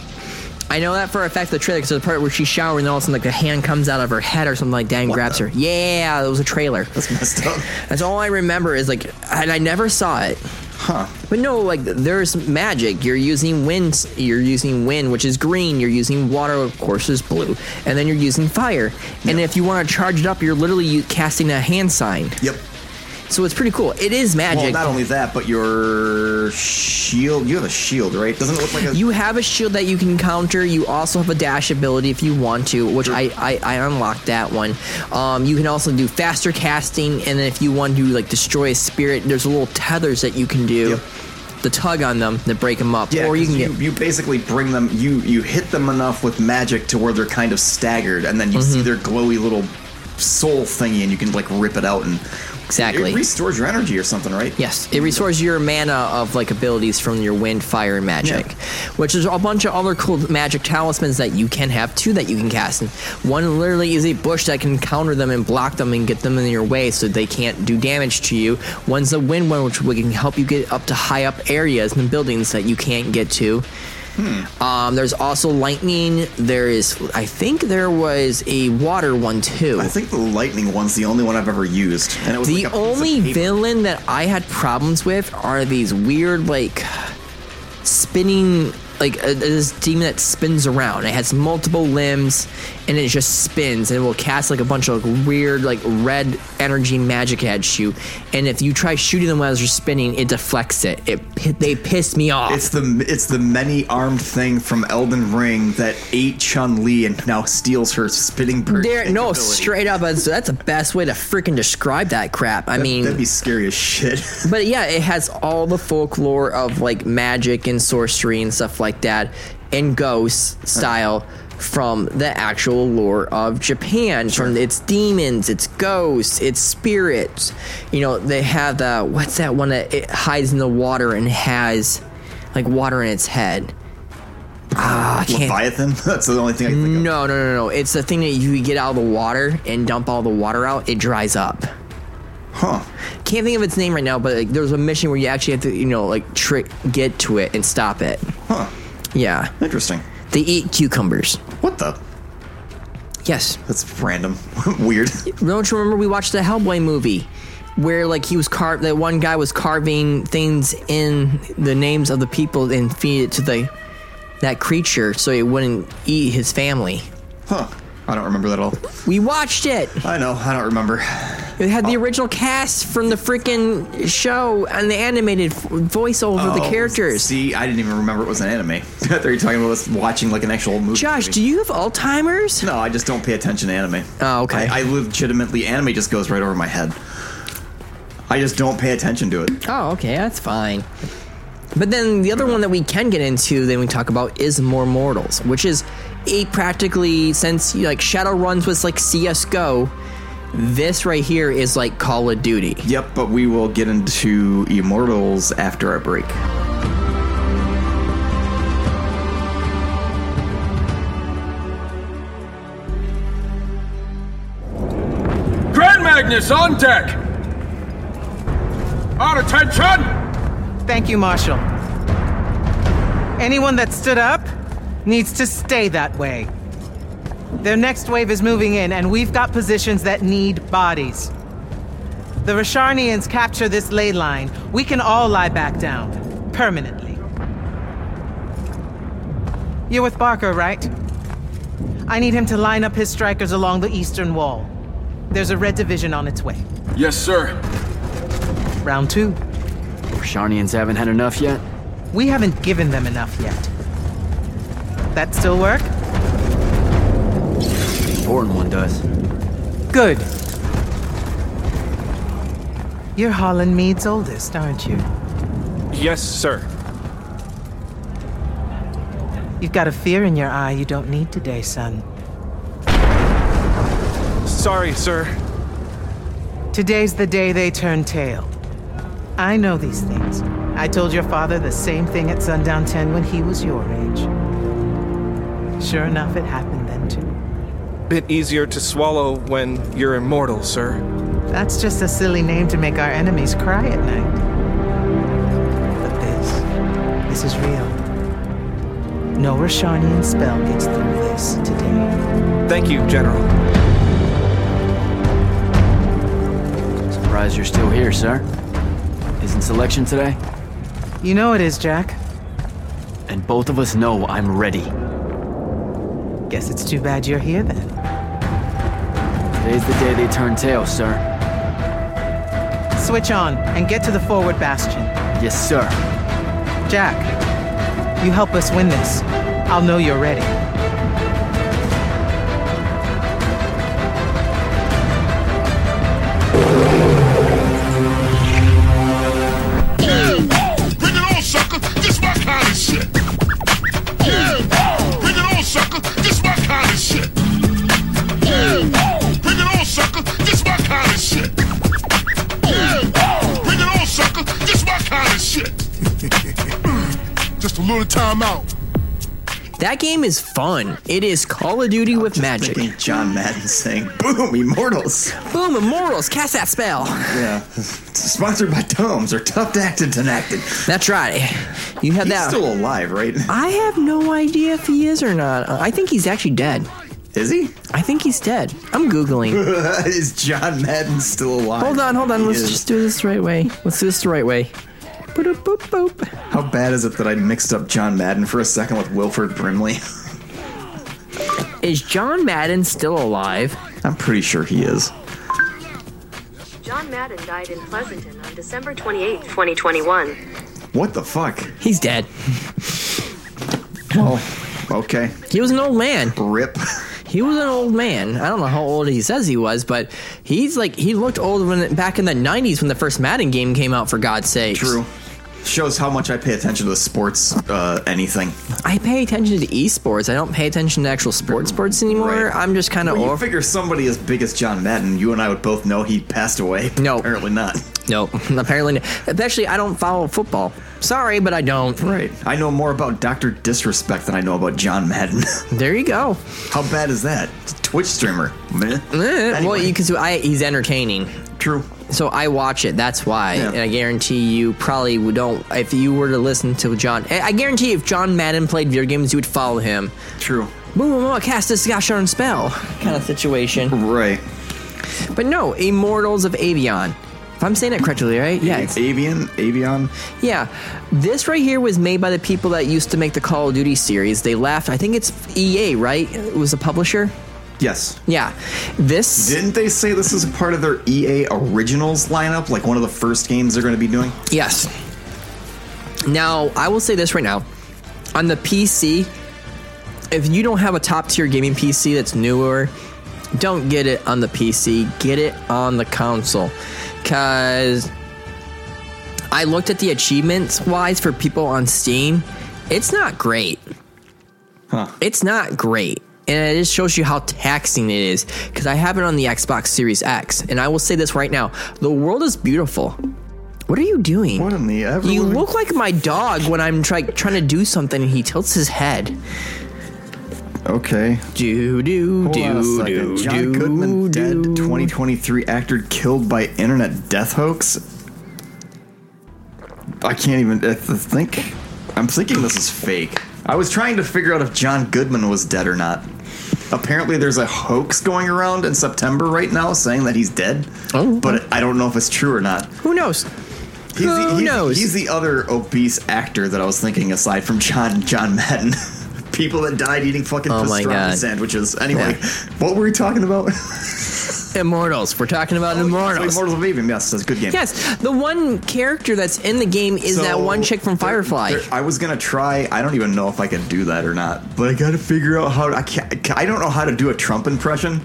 I know that for a fact. The trailer, because the part where she's showering, and all of a sudden, like the hand comes out of her head or something like that, and What grabs her. the- Yeah, that was a trailer. That's messed up. That's all I remember is like, and I never saw it. Huh. But no, like there's magic. You're using wind. You're using wind, which is green. You're using water, of course, is blue, and then you're using fire. And if you want to charge it up, you're literally u- casting a hand sign. Yep. So it's pretty cool. It is Well, magic. not only that, but your shield. You have a shield, right? Doesn't it look like a? you have a shield that you can counter. You also have a dash ability if you want to, which I, I, I unlocked that one. Um, you can also do faster casting, and then if you want to like destroy a spirit, there's little tethers that you can do. Yep. The tug on them that break them up, yeah, or you 'cause can you, get you basically bring them. You you hit them enough with magic to where they're kind of staggered, and then you Mm-hmm. see their glowy little soul thingy, and you can like rip it out and Exactly. It restores your energy or something, right? Yes, it restores your mana of like abilities from your wind, fire, and magic, Yeah. which is a bunch of other cool magic talismans that you can have too that you can cast. And one literally is a bush that can counter them and block them and get them in your way so they can't do damage to you. One's the wind one, which we can help you get up to high up areas and buildings that you can't get to. Hmm. Um, there's also lightning. There is, I think, there was a water one too. I think the lightning one's the only one I've ever used, and it was The like a piece of only paper. villain that I had problems with are these weird, like, spinning, like, uh, this demon that spins around. It has multiple limbs and it just spins and it will cast, like, a bunch of like, weird, like, red energy magic at you. And if you try shooting them while they're spinning, it deflects it. It pi- They piss me off. It's the it's the many armed thing from Elden Ring that ate Chun Li and now steals her spitting bird. there, no, ability. straight up, that's, that's the best way to freaking describe that crap. I mean, That'd be scary as shit. But yeah, it has all the folklore of like magic and sorcery and stuff like that and ghost style from the actual lore of Japan. From its demons, its ghosts, its spirits. You know, they have the what's that one that it hides in the water and has like water in its head. Ah, I can't. Leviathan. That's the only thing I can think of. No, no, no, no. It's the thing that you get out of the water and dump all the water out, it dries up Huh. can't think of its name right now, but like, there was a mission where you actually have to, you know, like trick get to it and stop it. Huh. Yeah, Interesting. they eat cucumbers. What the? Yes. That's random. Weird. Don't you remember we watched the Hellboy movie where like he was carved? That one guy was carving things in the names of the people and feed it to the that creature so it wouldn't eat his family. Huh. I don't remember that at all. We watched it. I know. I don't remember. It had the original cast from the freaking show and the animated f- voiceover of the Oh, characters. See, I didn't even remember it was an anime. I thought you were talking about us watching like an actual movie. Josh, do you have Alzheimer's? No, I just don't pay attention to anime. Oh, okay. I, I legitimately anime just goes right over my head. I just don't pay attention to it. Oh, okay, that's fine. But then the other one that we can get into, then we talk about is More Mortals, which is a practically since like Shadow Runs was like CS:GO, this right here is like Call of Duty. Yep, but we will get into Immortals after our break. Grand Magnus on deck! On attention! Thank you, Marshal. Anyone that stood up needs to stay that way. Their next wave is moving in, and we've got positions that need bodies. The Rasharnians capture this ley line. We can all lie back down. Permanently. You're with Barker, right? I need him to line up his strikers along the eastern wall. There's a red division on its way. Yes, sir. Round two. Sharnians haven't had enough yet? We haven't given them enough yet. That still work? Important one does. Good. You're Holland Mead's oldest, aren't you? Yes, sir. You've got a fear in your eye you don't need today, son. Sorry, sir. Today's the day they turn tail. I know these things. I told your father the same thing at Sundown 10 when he was your age. Sure enough, it happened then, too. Bit easier to swallow when you're immortal, sir. That's just a silly name to make our enemies cry at night. But this, this is real. No Rashanian spell gets through this today. Thank you, General. Surprised you're still here, sir. Isn't selection today? You know it is, Jack. And both of us know I'm ready. Guess it's too bad you're here then. Today's the day they turn tail, sir. Switch on and get to the forward bastion. Yes, sir. Jack, you help us win this, I'll know you're ready. Bring it on, sucker! This my kind of shit! Yeah! Bring it on, sucker! This my kind of shit! Yeah! Bring it on, sucker! This my kind of shit! Yeah! Bring it on, sucker! This my kind of shit! just a little time out. That game is fun. It is Call of Duty with magic. John Madden saying, "Boom, Immortals! Boom, Immortals! Cast that spell." Yeah, sponsored by Tomes or Tough to Act and Tenacted. That's right. You had he's that. Still alive, right? I have no idea if he is or not. I think he's actually dead. Is he? I think he's dead. I'm googling. is John Madden still alive? Hold on, hold on. He Let's is. just do this the right way. Let's do this the right way. Boop, boop, boop. How bad is it that I mixed up John Madden for a second with Wilford Brimley? is John Madden still alive? I'm pretty sure he is. John Madden died in Pleasanton on December 28, 2021. What the fuck? He's dead. well, okay. He was an old man. Rip. He was an old man. I don't know how old he says he was, but he's like he looked old when back in the 90s when the first Madden game came out for God's sake. True shows how much I pay attention to sports uh, anything. I pay attention to esports. I don't pay attention to actual sports sports anymore. Right. I'm just kind of. Well, you figure somebody as big as John Madden, you and I would both know he passed away. No, apparently not. No, apparently. Not. Actually, I don't follow football. Sorry, but I don't. Right. I know more about Doctor Disrespect than I know about John Madden. there you go. How bad is that? Twitch streamer. anyway. Eh, Well, you can. See, I, he's entertaining. True. So I watch it. That's why, yeah. and I guarantee you probably don't. If you were to listen to John, I guarantee if John Madden played video games, you would follow him. True. Boom, boom, boom cast this gosh-darn spell, kind of situation. Right. But no, Immortals of Avion. If I'm saying it correctly, right? Yeah. It's, Avian? Avion? Yeah. This right here was made by the people that used to make the Call of Duty series. They left. I think it's EA, right? It was a publisher. Yes. Yeah. This didn't they say this is a part of their EA Originals lineup, like one of the first games they're going to be doing? Yes. Now I will say this right now, on the PC, if you don't have a top tier gaming PC that's newer, don't get it on the PC. Get it on the console, because I looked at the achievements wise for people on Steam. It's not great. Huh. It's not great and it just shows you how taxing it is because I have it on the Xbox Series X, and I will say this right now: the world is beautiful. What are you doing? What in the ever? You look like my dog when I'm try- trying to do something, and he tilts his head. Okay. Do do Hold do do John do. Goodman dead. 2023 actor killed by internet death hoax. I can't even I think. I'm thinking this is fake. I was trying to figure out if John Goodman was dead or not. Apparently, there's a hoax going around in September right now saying that he's dead. Oh. But I don't know if it's true or not. Who knows? He's Who the, he's, knows? He's the other obese actor that I was thinking, aside from John John Madden. People that died eating fucking Oh my pastrami God. sandwiches. Anyway, what were we talking about? Immortals. We're talking about Immortals. Immortals of Avium. Yes, that's a good game. Yes, the one character that's in the game is So, that one chick from there- Firefly. there- I was gonna try. I don't even know if I could do that or not. But I gotta figure out how. I can't. I don't know how to do a Trump impression.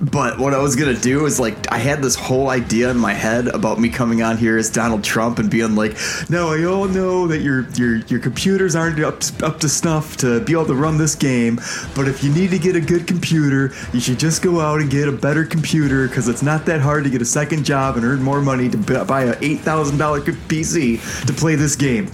But what I was gonna do is like I had this whole idea in my head about me coming on here as Donald Trump and being like, "No, I all know that your your your computers aren't up up to snuff to be able to run this game. But if you need to get a good computer, you should just go out and get a better computer because it's not that hard to get a second job and earn more money to bu- buy a eight thousand dollar PC to play this game."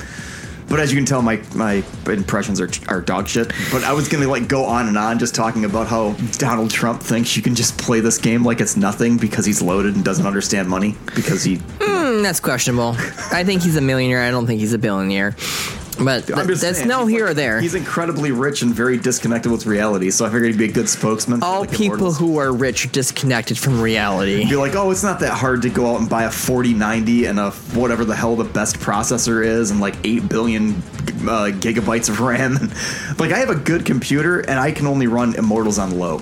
But as you can tell, my my impressions are are dog shit. But I was gonna like go on and on just talking about how Donald Trump thinks you can just play this game like it's nothing because he's loaded and doesn't understand money because he. Hmm, that's questionable. I think he's a millionaire. I don't think he's a billionaire. But I'm th- just that's saying, no here or there. He's incredibly rich and very disconnected with reality, so I figured he'd be a good spokesman. for, All like, people immortals. who are rich are disconnected from reality. Be like, oh, it's not that hard to go out and buy a 4090 and a f- whatever the hell the best processor is and like 8 billion uh, gigabytes of RAM. like, I have a good computer and I can only run Immortals on low.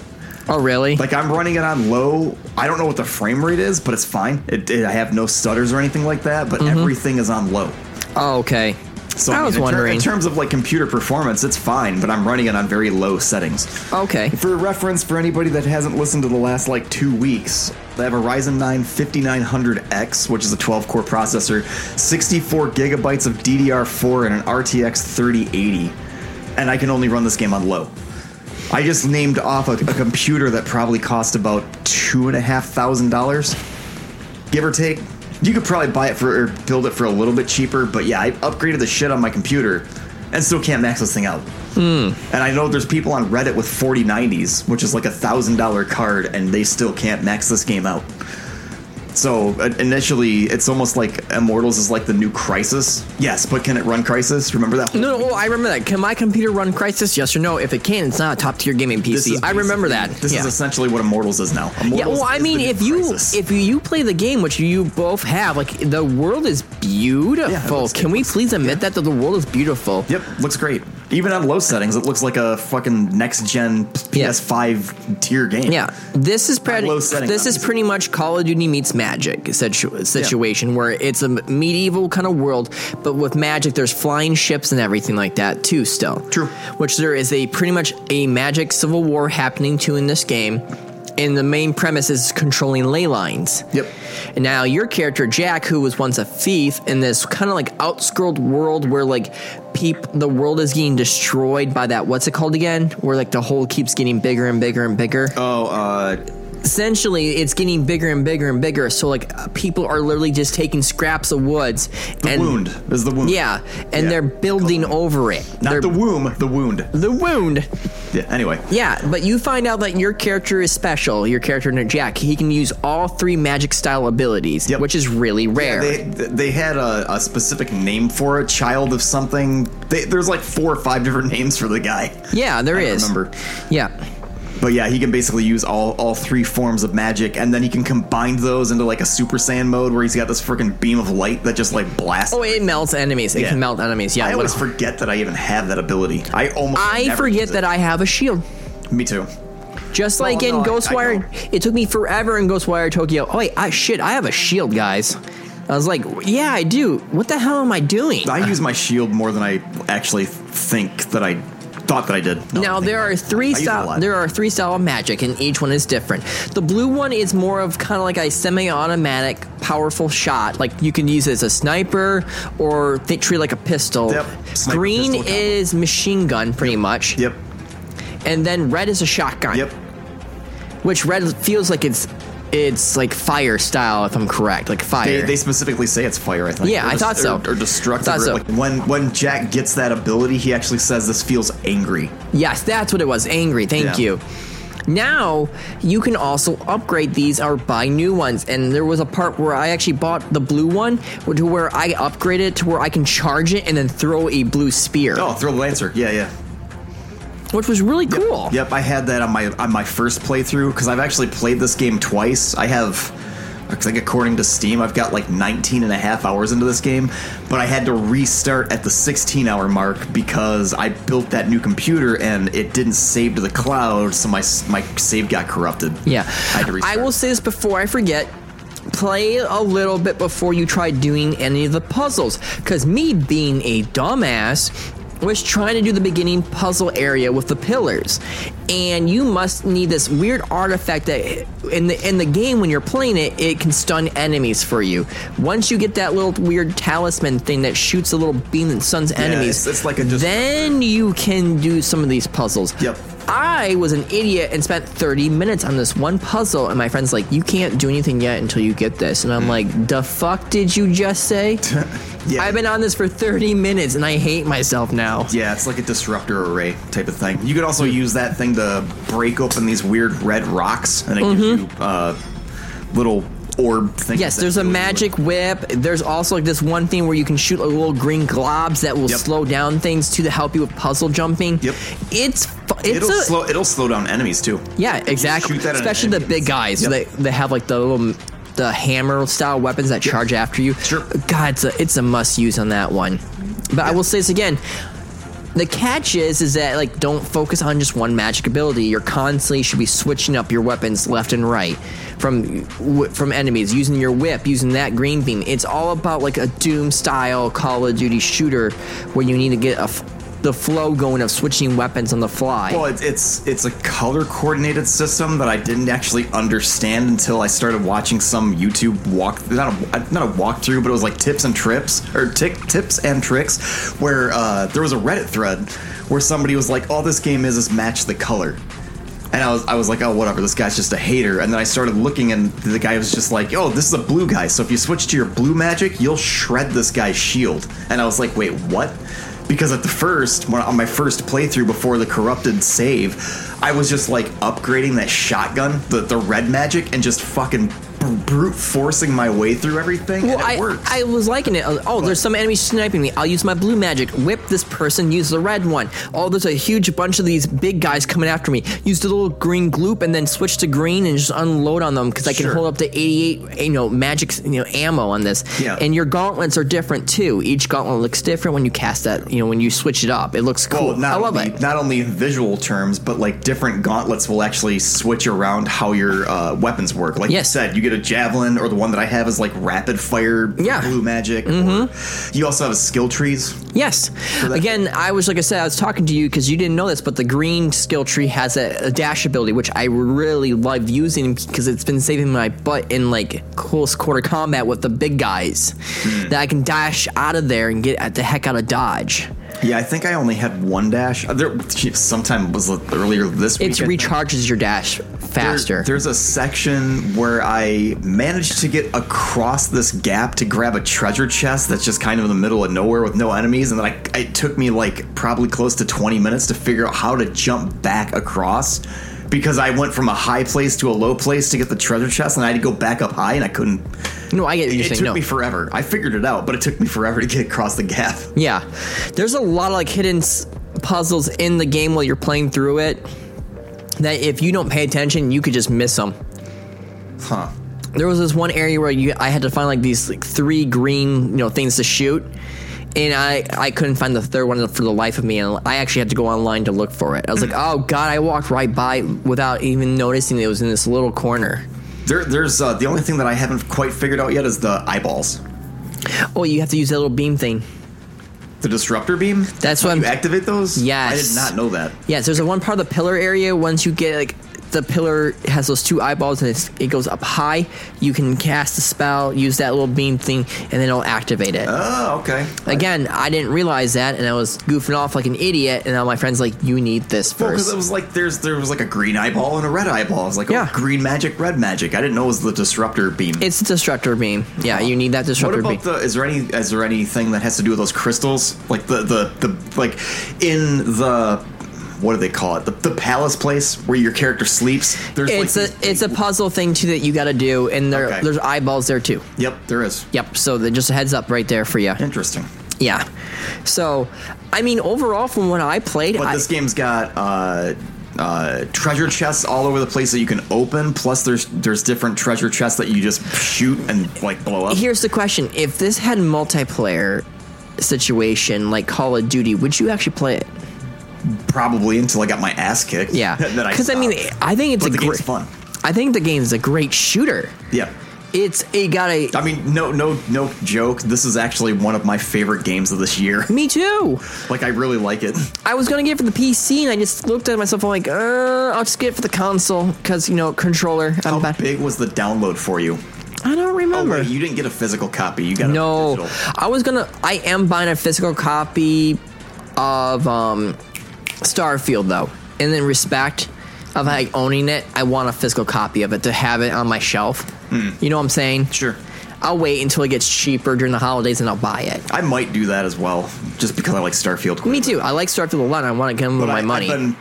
Oh, really? Like, I'm running it on low. I don't know what the frame rate is, but it's fine. It, it- I have no stutters or anything like that, but everything is on low. Oh, okay. So Mm-hmm. I was in ter- wondering. in terms of like computer performance, it's fine, but I'm running it on very low settings. Okay. For reference, for anybody that hasn't listened to the last like two weeks, I have a Ryzen 9 5900X, which is a 12 core processor, 64 gigabytes of DDR4, and an RTX 3080. And I can only run this game on low. I just named off a, a computer that probably cost about two and a half thousand dollars, give or take. You could probably buy it for or build it for a little bit cheaper, but yeah, I upgraded the shit on my computer and still can't max this thing out. Hmm. And I know there's people on Reddit with 4090s, which is like a thousand dollar card, and they still can't max this game out. So uh, initially, it's almost like Immortals is like the new Crisis. Yes, but can it run Crisis? Remember that? No, no, oh, I remember that. Can my computer run Crisis? Yes or no? If it can, it's not a top tier gaming This PC. is I remember that. basically- This yeah. is essentially what Immortals is now. Immortals yeah, well, I is mean, the new if you Crysis. if you play the game, which you both have, like the world is beautiful. Can we please admit that that the world is beautiful? Yep, looks great. Even on low settings, it looks like a fucking next gen PS5 tier game. Yeah, this is pretty. low setting, This is pretty much Call of Duty meets Magic situ- situation, where it's a medieval kind of world, but with magic, there's flying ships and everything like that too. Still, true. Which there is a pretty much a magic civil war happening too in this game. And the main premise is controlling ley lines. Yep. And now your character Jack, who was once a thief, in this kind of like outskirted world where like peep the world is getting destroyed by that what's it called again? Where like the hole keeps getting bigger and bigger and bigger. Oh, uh, essentially it's getting bigger and bigger and bigger so like uh, people are literally just taking scraps of woods the and wound is the wound yeah and they're building over it Not the womb, the wound. The wound. Yeah. Anyway. yeah but you find out that your character is special your character jack he can use all three magic style abilities which is really rare They they had a, a specific name for it, child of something. They, there's like four or five different names for the guy. yeah there I is. don't remember. yeah But yeah, he can basically use all all three forms of magic, and then he can combine those into like a Super Saiyan mode where he's got this freaking beam of light that just like blasts. oh it melts enemies it Yeah. can melt enemies yeah I what- always forget that I even have that ability. I almost I never forget use it. that i have a shield Me too. Just like in Ghostwire, it took me forever in Ghostwire Tokyo. Oh wait, I, shit, I have a shield, guys. I was like, yeah, I do. What the hell am I doing? I use my shield more than I actually think that I thought that I did. now there are three I use it a style. lot. There are three style of magic, and each one is different. The blue one is more of kind of like a semi-automatic, powerful shot. Like you can use it as a sniper or th- treat it like a pistol. Yep. Sniper, Green pistol combo. is machine gun, pretty much. Yep. And then red is a shotgun. Yep. Which red feels like it's it's like fire style, if I'm correct, like fire. They, they specifically say it's fire. I think. Yeah, I thought so. Or, or destructive. Thought or, so. Like when when Jack gets that ability, he actually says this feels angry. Yes, that's what it was. Angry. Thank Yeah. you. Now you can also upgrade these or buy new ones. And there was a part where I actually bought the blue one to where I upgraded it to where I can charge it and then throw a blue spear. Oh, throw the lancer. Yeah, yeah. Which was really cool. Yep, I had that on my on my first playthrough because I've actually played this game twice. I have I think according to Steam, I've got like 19 and a half hours into this game, but I had to restart at the 16 hour mark because I built that new computer and it didn't save to the cloud, so my s- my save got corrupted. Yeah. I had to restart. I will say this before I forget. Play a little bit before you try doing any of the puzzles. Because me being a dumbass was trying to do the beginning puzzle area with the pillars. and you must need this weird artifact that in the in the game when you're playing it, it can stun enemies for you. Once you get that little weird talisman thing that shoots a little beam that stuns enemies, it's- it's like a just- then you can do some of these puzzles. Yep. I was an idiot and spent 30 minutes on this one puzzle, and my friend's like, You can't do anything yet until you get this. Mm. And I'm like, The fuck did you just say? I've been on this for 30 minutes and I hate myself now. Yeah, it's like a disruptor array type of thing. You could also Mm. use that thing to break open these weird red rocks, and it gives you uh, little orb things. Mm-hmm. Yes, there's a magic whip. There's also like this one thing where you can shoot like little green globs that will slow down things to help you with puzzle jumping. Yep. It's fu- it's it'll a, slow. It'll slow down enemies too. Yeah, exactly. that at an Especially the big guys. They they have like the little the hammer style weapons that charge after you. Sure. God, it's a it's a must use on that one. But I will say this again. The catch is is that like don't focus on just one magic ability. You're constantly should be switching up your weapons left and right from w- from enemies, using your whip, using that green beam. It's all about like a Doom style Call of Duty shooter where you need to get a f- the flow going of switching weapons on the fly. Well, it's, it's it's a color coordinated system that I didn't actually understand until I started watching some YouTube walk not a not a walkthrough, but it was like tips and trips or tick tips and tricks, where uh, there was a Reddit thread where somebody was like, "All this game is is match the color." And I was, I was like, oh, whatever, this guy's just a hater. And then I started looking, and the guy was just like, oh, this is a blue guy. So if you switch to your blue magic, you'll shred this guy's shield. And I was like, wait, what? Because at the first, when, on my first playthrough before the corrupted save, I was just like upgrading that shotgun, the, the red magic, and just fucking br- brute forcing my way through everything. and it I, I was liking it. Oh, there's some enemy sniping me. I'll use my blue magic. Whip this person. Use the red one. Oh, there's a huge bunch of these big guys coming after me. Use the little green gloop and then switch to green and just unload on them because I can Sure. hold up to 88, you know, magic, you know, ammo on this. Yeah. And your gauntlets are different too. Each gauntlet looks different when you cast that. You know, when you switch it up, it looks cool. Well, not only, Not only in visual terms, but like different gauntlets will actually switch around how your uh, weapons work. Like you said, you get a javelin, or the one that I have is like rapid fire blue magic. Mm-hmm. Or you also have skill trees. Yes. Again, I was like I said, I was talking to you because you didn't know this, but the green skill tree has a, a dash ability, which I really love using because it's been saving my butt in like close quarter combat with the big guys. Hmm. That I can dash out of there and get at the heck out of dodge. Yeah, I think I only had one dash. Uh, There, sometime was it earlier this week. It I think. recharges your dash faster. There- there's a section where I managed to get across this gap to grab a treasure chest that's just kind of in the middle of nowhere with no enemies, and then I, it took me like probably close to 20 minutes to figure out how to jump back across because I went from a high place to a low place to get the treasure chest, and I had to go back up high, and I couldn't. No, I get what it. you're It saying, took no. me forever. I figured it out, but it took me forever to get across the gap. Yeah, there's a lot of like hidden s- puzzles in the game while you're playing through it that if you don't pay attention, you could just miss them. Huh. There was this one area where you I had to find like these like three green you know things to shoot, and I I couldn't find the third one for the life of me, and I actually had to go online to look for it. I was like, oh god, I walked right by without even noticing it was in this little corner. There, there's uh, the only thing that I haven't quite figured out yet is the eyeballs. Oh, you have to use that little beam thing. The disruptor beam. That's what you activate those. Yes, I did not know that. Yes, there's a one part of the pillar area. Once you get like the pillar has those two eyeballs and it's, it goes up high, you can cast a spell, use that little beam thing, and then it'll activate it. Oh, okay. Again, I didn't realize that, and I was goofing off like an idiot. And now my friend's like, "You need this Well, because first. it was like there's there was like a green eyeball and a red eyeball. I was like, oh, green magic, red magic. I didn't know it was the disruptor beam. it's a disruptor beam. Yeah, you need that what disruptor about beam." the? Is there any? Is there anything that has to do with those crystals? Like the the the like in the what do they call it? The, the palace place where your character sleeps. There's it's like a it's a puzzle thing too that you got to do, and there there's eyeballs there too. Yep, there is. Yep. So the, just a heads up right there for you. Interesting. Yeah. So, I mean, overall, from what I played, But I, this game's got uh, uh, treasure chests all over the place that you can open. Plus, there's there's different treasure chests that you just shoot and like blow up. Here's the question: If this had multiplayer situation like Call of Duty, would you actually play it? Probably until I got my ass kicked. Yeah, Then I because I, mean, stopped. I think it's But a the great game's fun. I think the game's a great shooter. Yeah. It's it got a. I mean, no, no, no joke. This is actually one of my favorite games of this year. Me too. Like I really like it. I was gonna get it for the PC, and I just looked at myself. I'm like, uh, I'll just get it for the console because you know controller. I'm How bad. big was the download for you? I don't remember. Oh, wait, you didn't get a physical copy. You got a no. digital. I was gonna. I am buying a physical copy of um, Starfield though, and then respect of like owning it. I want a physical copy of it to have it on my shelf. Hmm. You know what I'm saying? Sure. I'll wait until it gets cheaper during the holidays, and I'll buy it. I might do that as well, just because I like Starfield. Me too. I like Starfield a lot. and I want to give them But my I, money. I've been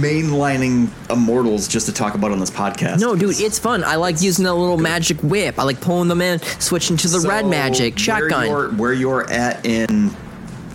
mainlining Immortals just to talk about on this podcast. No, dude, it's fun. I like using the little magic whip. I like pulling them in, switching to the red So, magic Where shotgun. you're, where you're at in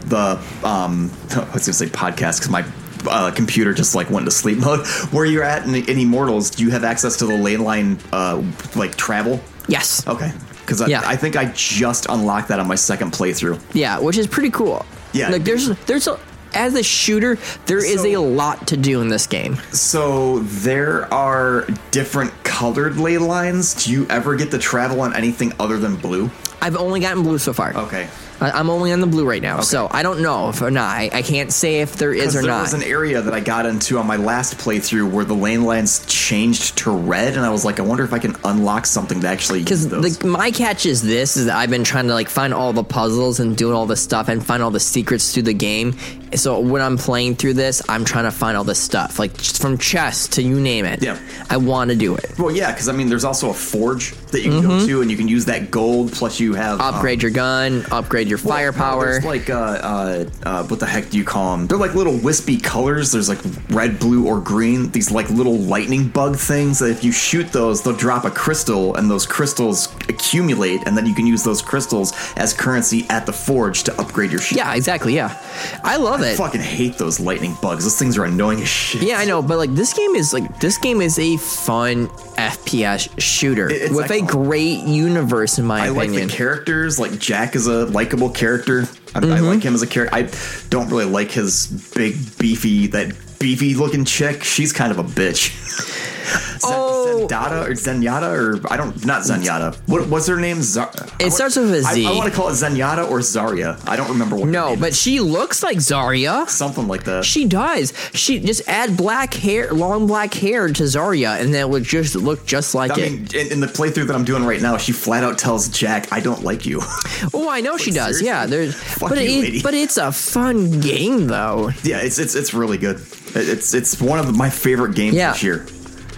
the um, I was gonna say podcast because my uh, computer just like went to sleep mode. Where you're at in, in Immortals, do you have access to the ley line uh, like travel? Yes. Okay. Because I, Yeah. I think I just unlocked that on my second playthrough. Yeah, which is pretty cool. Yeah. like there's there's a as a shooter, there is a lot to do in this game. So there are different colored ley lines. Do you ever get to travel on anything other than blue? I've only gotten blue so far. Okay. I, I'm only on the blue right now, so I don't know if or not. I, I can't say if there is 'Cause or there not. was an area that I got into on my last playthrough where the lane lines changed to red, and I was like, I wonder if I can unlock something to actually use because those. like my catch is this is that I've been trying to like find all the puzzles and doing all this stuff and find all the secrets through the game. So when I'm playing through this, I'm trying to find all this stuff, like just from chess to you name it. Yeah. I want to do it. well, yeah, because I mean, there's also a forge that you can go to, and you can use that gold. Plus, you have um, Mm-hmm. Upgrade your gun, upgrade your well, no, firepower. there's, like uh, uh, uh, what the heck do you call them? They're like little wispy colors. There's like red, blue, or green. These like little lightning bug things that if you shoot those, they'll drop a crystal, and those crystals accumulate, and then you can use those crystals as currency at the forge to upgrade your ship. yeah, exactly. Yeah, I love it. I fucking hate those lightning bugs. Those things are annoying as shit. Yeah, I know, but like this game is like this game is a fun FPS shooter It- it's with excellent. a great universe, in my I like opinion. the characters. Like Jack is a likable character. I, Mm-hmm. I like him as a character. I don't really like his big beefy that beefy looking chick. She's kind of a bitch. Zen- Oh. Zendata or Zenyatta or I don't not Zenyatta. What what's her name? Zar- It starts with a Z. want to call it Zenyatta or Zarya. I don't remember what. no, but she looks like Zarya. Something like that. She does. She just add black hair, long black hair to Zarya, and that would just look just like I it. mean, in, in the playthrough that I'm doing right now, she flat out tells Jack, "I don't like you." oh, I know she does. Yeah, there's. but you, it, lady. but it's a fun game though. yeah, it's it's it's really good. It- It's it's one of my favorite games Yeah. this year.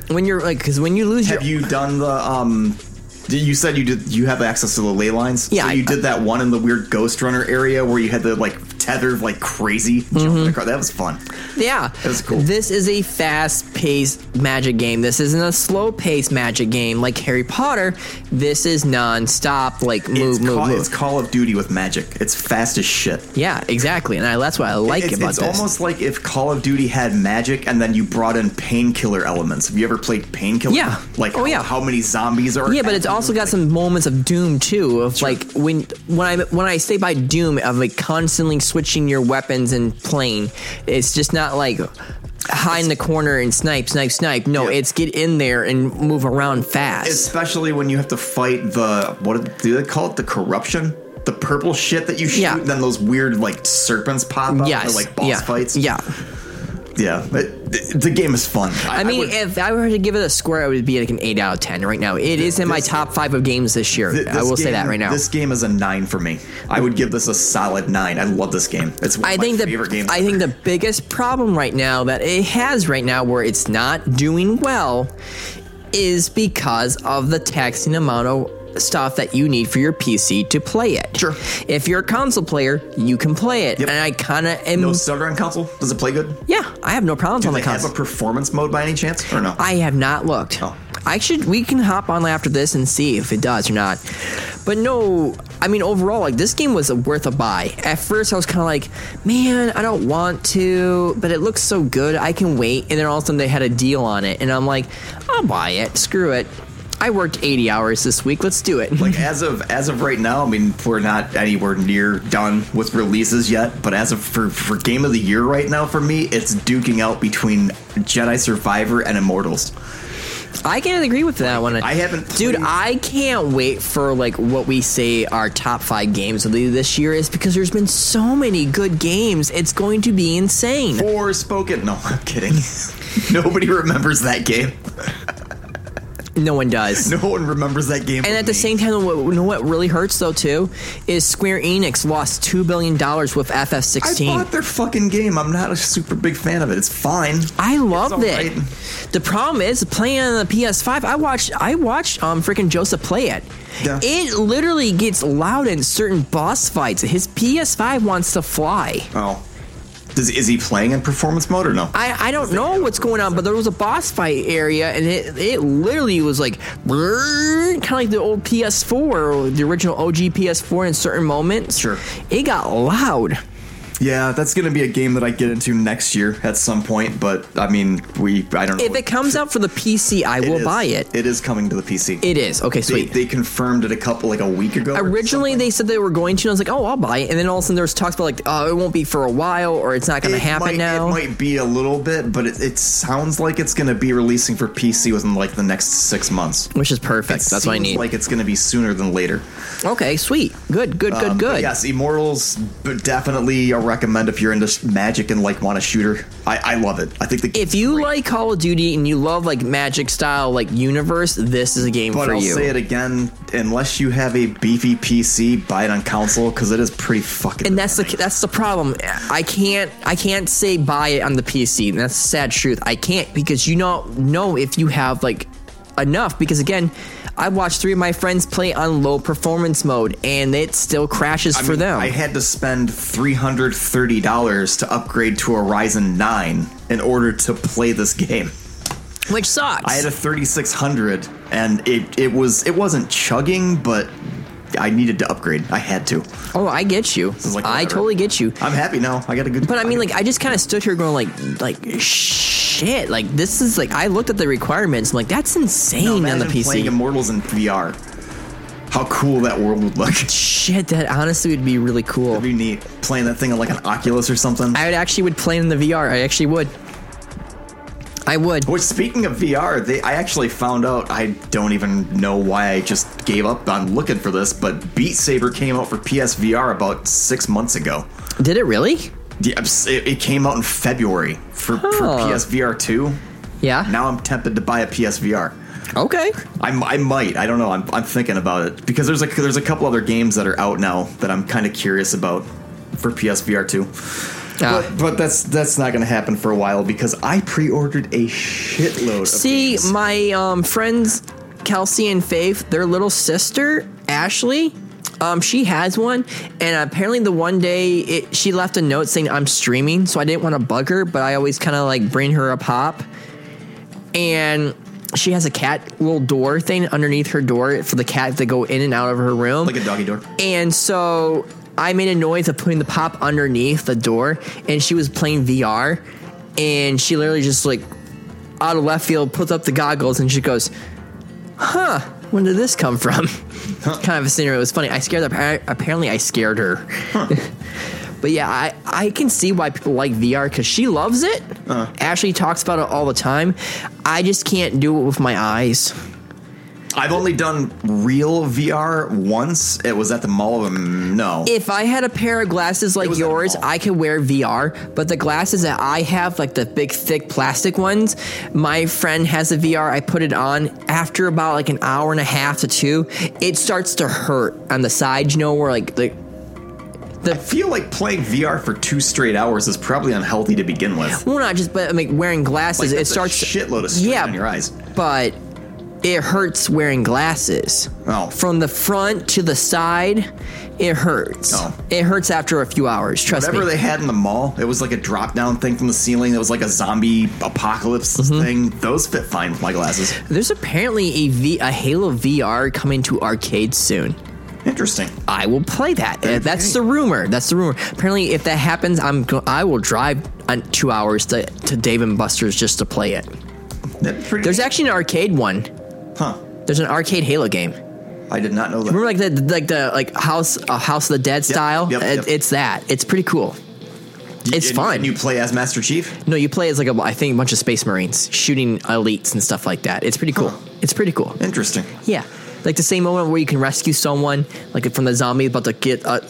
When you're like, because when you lose your Have you done the um? did- You said you did. You have access to the ley lines. Yeah, so I- you did that one in the weird Ghost Runner area where you had to like tether like crazy. Mm-hmm. Jumping across. That was fun. Yeah. That's cool. This is a fast paced magic game. This isn't a slow paced magic game like Harry Potter. This is non stop, like move, It's, move, call, move. it's Call of Duty with magic. It's fast as shit. yeah, exactly. And I, that's what I like it's about it's this. almost like if Call of Duty had magic and then you brought in painkiller elements. Have you ever played painkiller? Yeah. Like Oh, how, yeah. how many zombies are? yeah, but it's after you? also got some moments of doom too. Of like when when I when I say by doom of like constantly switching your weapons and playing. It's just not like hide in the corner and snipe, snipe, snipe. No, it's get in there and move around fast. especially when you have to fight the what do they call it? The corruption, the purple shit that you shoot. Yeah. Then those weird like serpents pop up. Yes. They're like boss yeah. fights. Yeah. yeah. It, it- the game is fun. I, mean, would- if I were to give it a score, it would be like an eight out of ten right now. It is in my top five of games this year. thi- this I will say game- that right now. This game is a nine for me. I would give this a solid nine. I love this game. It's one I of my think favorite the games. I think the biggest problem right now that it has right now where it's not doing well is because of the taxing amount of stuff that you need for your PC to play it. Sure. If you're a console player, you can play it, and I kind of am. no stutter on console. Does it play good? yeah, I have no problems Do on they the console. have a performance mode by any chance or no? I have not looked. I should. We can hop on after this and see if it does or not. But no, I mean overall, like this game was worth a buy. At first, I was kind of like, man, I don't want to, but it looks so good, I can wait. And then all of a sudden, they had a deal on it, and I'm like, I'll buy it. Screw it. I worked 80 hours this week. Let's do it. like as of as of right now, I mean we're not anywhere near done with releases yet. But as of for for game of the year right now for me, it's duking out between Jedi Survivor and Immortals. I can agree with that one. I haven't, dude. played- I can't wait for like what we say our top five games of the this year is because there's been so many good games. It's going to be insane. Forspoken. No, I'm kidding. Nobody remembers that game. No one does. No one remembers that game. And at the same time, what, you know what really hurts though too is Square Enix lost two billion dollars with FF16. I bought their fucking game. I'm not a super big fan of it. It's fine. I loved It's all it. The problem is playing on the PS5. I watched I watched um freaking Joseph play it. It literally gets loud in certain boss fights. His PS5 wants to fly. Oh, Does, is he playing in performance mode or no? I, I don't know what's going on, but there was a boss fight area, and it, it literally was like kind of like the old PS4, or the original OG PS4 in certain moments. Sure, it got loud. Yeah, that's gonna be a game that I get into next year at some point. But I mean, we I don't know. If it comes out for the PC, I will buy it. It is coming to the PC. It is okay. Sweet. They, they confirmed it a couple like a week ago. Originally, they said they were going to, and I was like, "Oh, I'll buy it." And then all of a sudden, there was talks about like, "Oh, it won't be for a while, or it's not going to It happen might, now." It might be a little bit, but it, it sounds like it's going to be releasing for PC within like the next six months, which is perfect. That's what I need. Like it's going to be sooner than later. Okay, sweet, good, good, good, Um, but good. Yes, Immortals but definitely a recommend if you're into sh- magic and like want a shooter. I, I love it. I think the If you like Call of Duty and you love like Magic style like universe, this is a game but for I'll you. say it again. Unless you have a beefy PC, buy it on console because it is pretty fucking. and that's the that's the problem. I can't I can't say buy it on the PC. And that's the sad truth. I can't because you don't know if you have like enough. Because again, I watched three of my friends play on low performance mode, and it still crashes I for mean, them. Mm, I had to spend three hundred thirty dollars to upgrade to a Ryzen nine in order to play this game. Which sucks. I had a 3600 and it it was it wasn't chugging, but I needed to upgrade. I had to. Oh, I get you. I totally get you. I'm happy now. I got a good. But I mean, like, I just kind of stood here going, like, like shit. Like, this is like, I looked at the requirements. I'm like, that's insane on the Imagine PC. playing Immortals in VR. How cool that world would look. Shit, that honestly would be really cool. That'd be neat. Playing that thing on like an Oculus or something. I would actually would play in the VR. I actually would. I would. Which, speaking of VR, they I actually found out. I don't even know why I just gave up on looking for this, but Beat Saber came out for PSVR about six months ago. Did it really? Yeah, it's- it it came out in February for, Huh. for PSVR two. Yeah. Now I'm tempted to buy a PSVR. Okay. I, m- I might. I don't know. I'm, I'm thinking about it because there's a there's a couple other games that are out now that I'm kind of curious about for PSVR two. Ah. But, but that's that's not going to happen for a while because I pre-ordered a shitload. of See, my um, friends Kelsey and Faith, their little sister Ashley, um, she has one, and apparently the one day it, she left a note saying I'm streaming, so I didn't want to bug her, but I always kind of like bring her a pop, and she has a cat little door thing underneath her door for the cat to go in and out of her room, like a doggy door. and so I made a noise of putting the pop underneath the door, and she was playing VR, and she literally just like out of left field puts up the goggles and she goes, "Huh, when did this come from?" kind of a scenario. It was funny. I scared her. Apparently, I scared her. but yeah, I I can see why people like VR because she loves it. Ashley talks about it all the time. I just can't do it with my eyes. I've only done real VR once. It was at the Mall of No. If I had a pair of glasses like yours, I could wear VR. But the glasses that I have, like the big thick plastic ones, my friend has a VR. I put it on. After about like an hour and a half to two, it starts to hurt on the side. You know where like the I feel like playing VR for two straight hours is probably unhealthy to begin with. well not just but I mean wearing glasses. Like, it that's a starts shitload of strain yeah on your eyes. But it hurts wearing glasses. Oh, from the front to the side, it hurts. It hurts after a few hours. Trust Oh. Whatever me. they had in the mall, it was like a drop down thing from the ceiling. It was like a zombie apocalypse Mm-hmm. thing. Those fit fine with my glasses. There's apparently a, v- a Halo VR coming to arcades soon. Interesting. I will play that. Uh, That's the rumor. That's the rumor. Apparently, if that happens, I'm go- I will drive on two hours to, to Dave and Buster's just to play it. There's actually an arcade one. Huh. There's an arcade Halo game. I did not know that. Remember, like the like the like House uh, House of the Dead style. It- It's that. It's pretty cool. It's and, fun. And you play as Master Chief? No, you play as like a, I think a bunch of space marines shooting elites and stuff like that. It's pretty cool. It's pretty cool. Interesting. Yeah, like the same moment where you can rescue someone, like from the zombie about to get uh,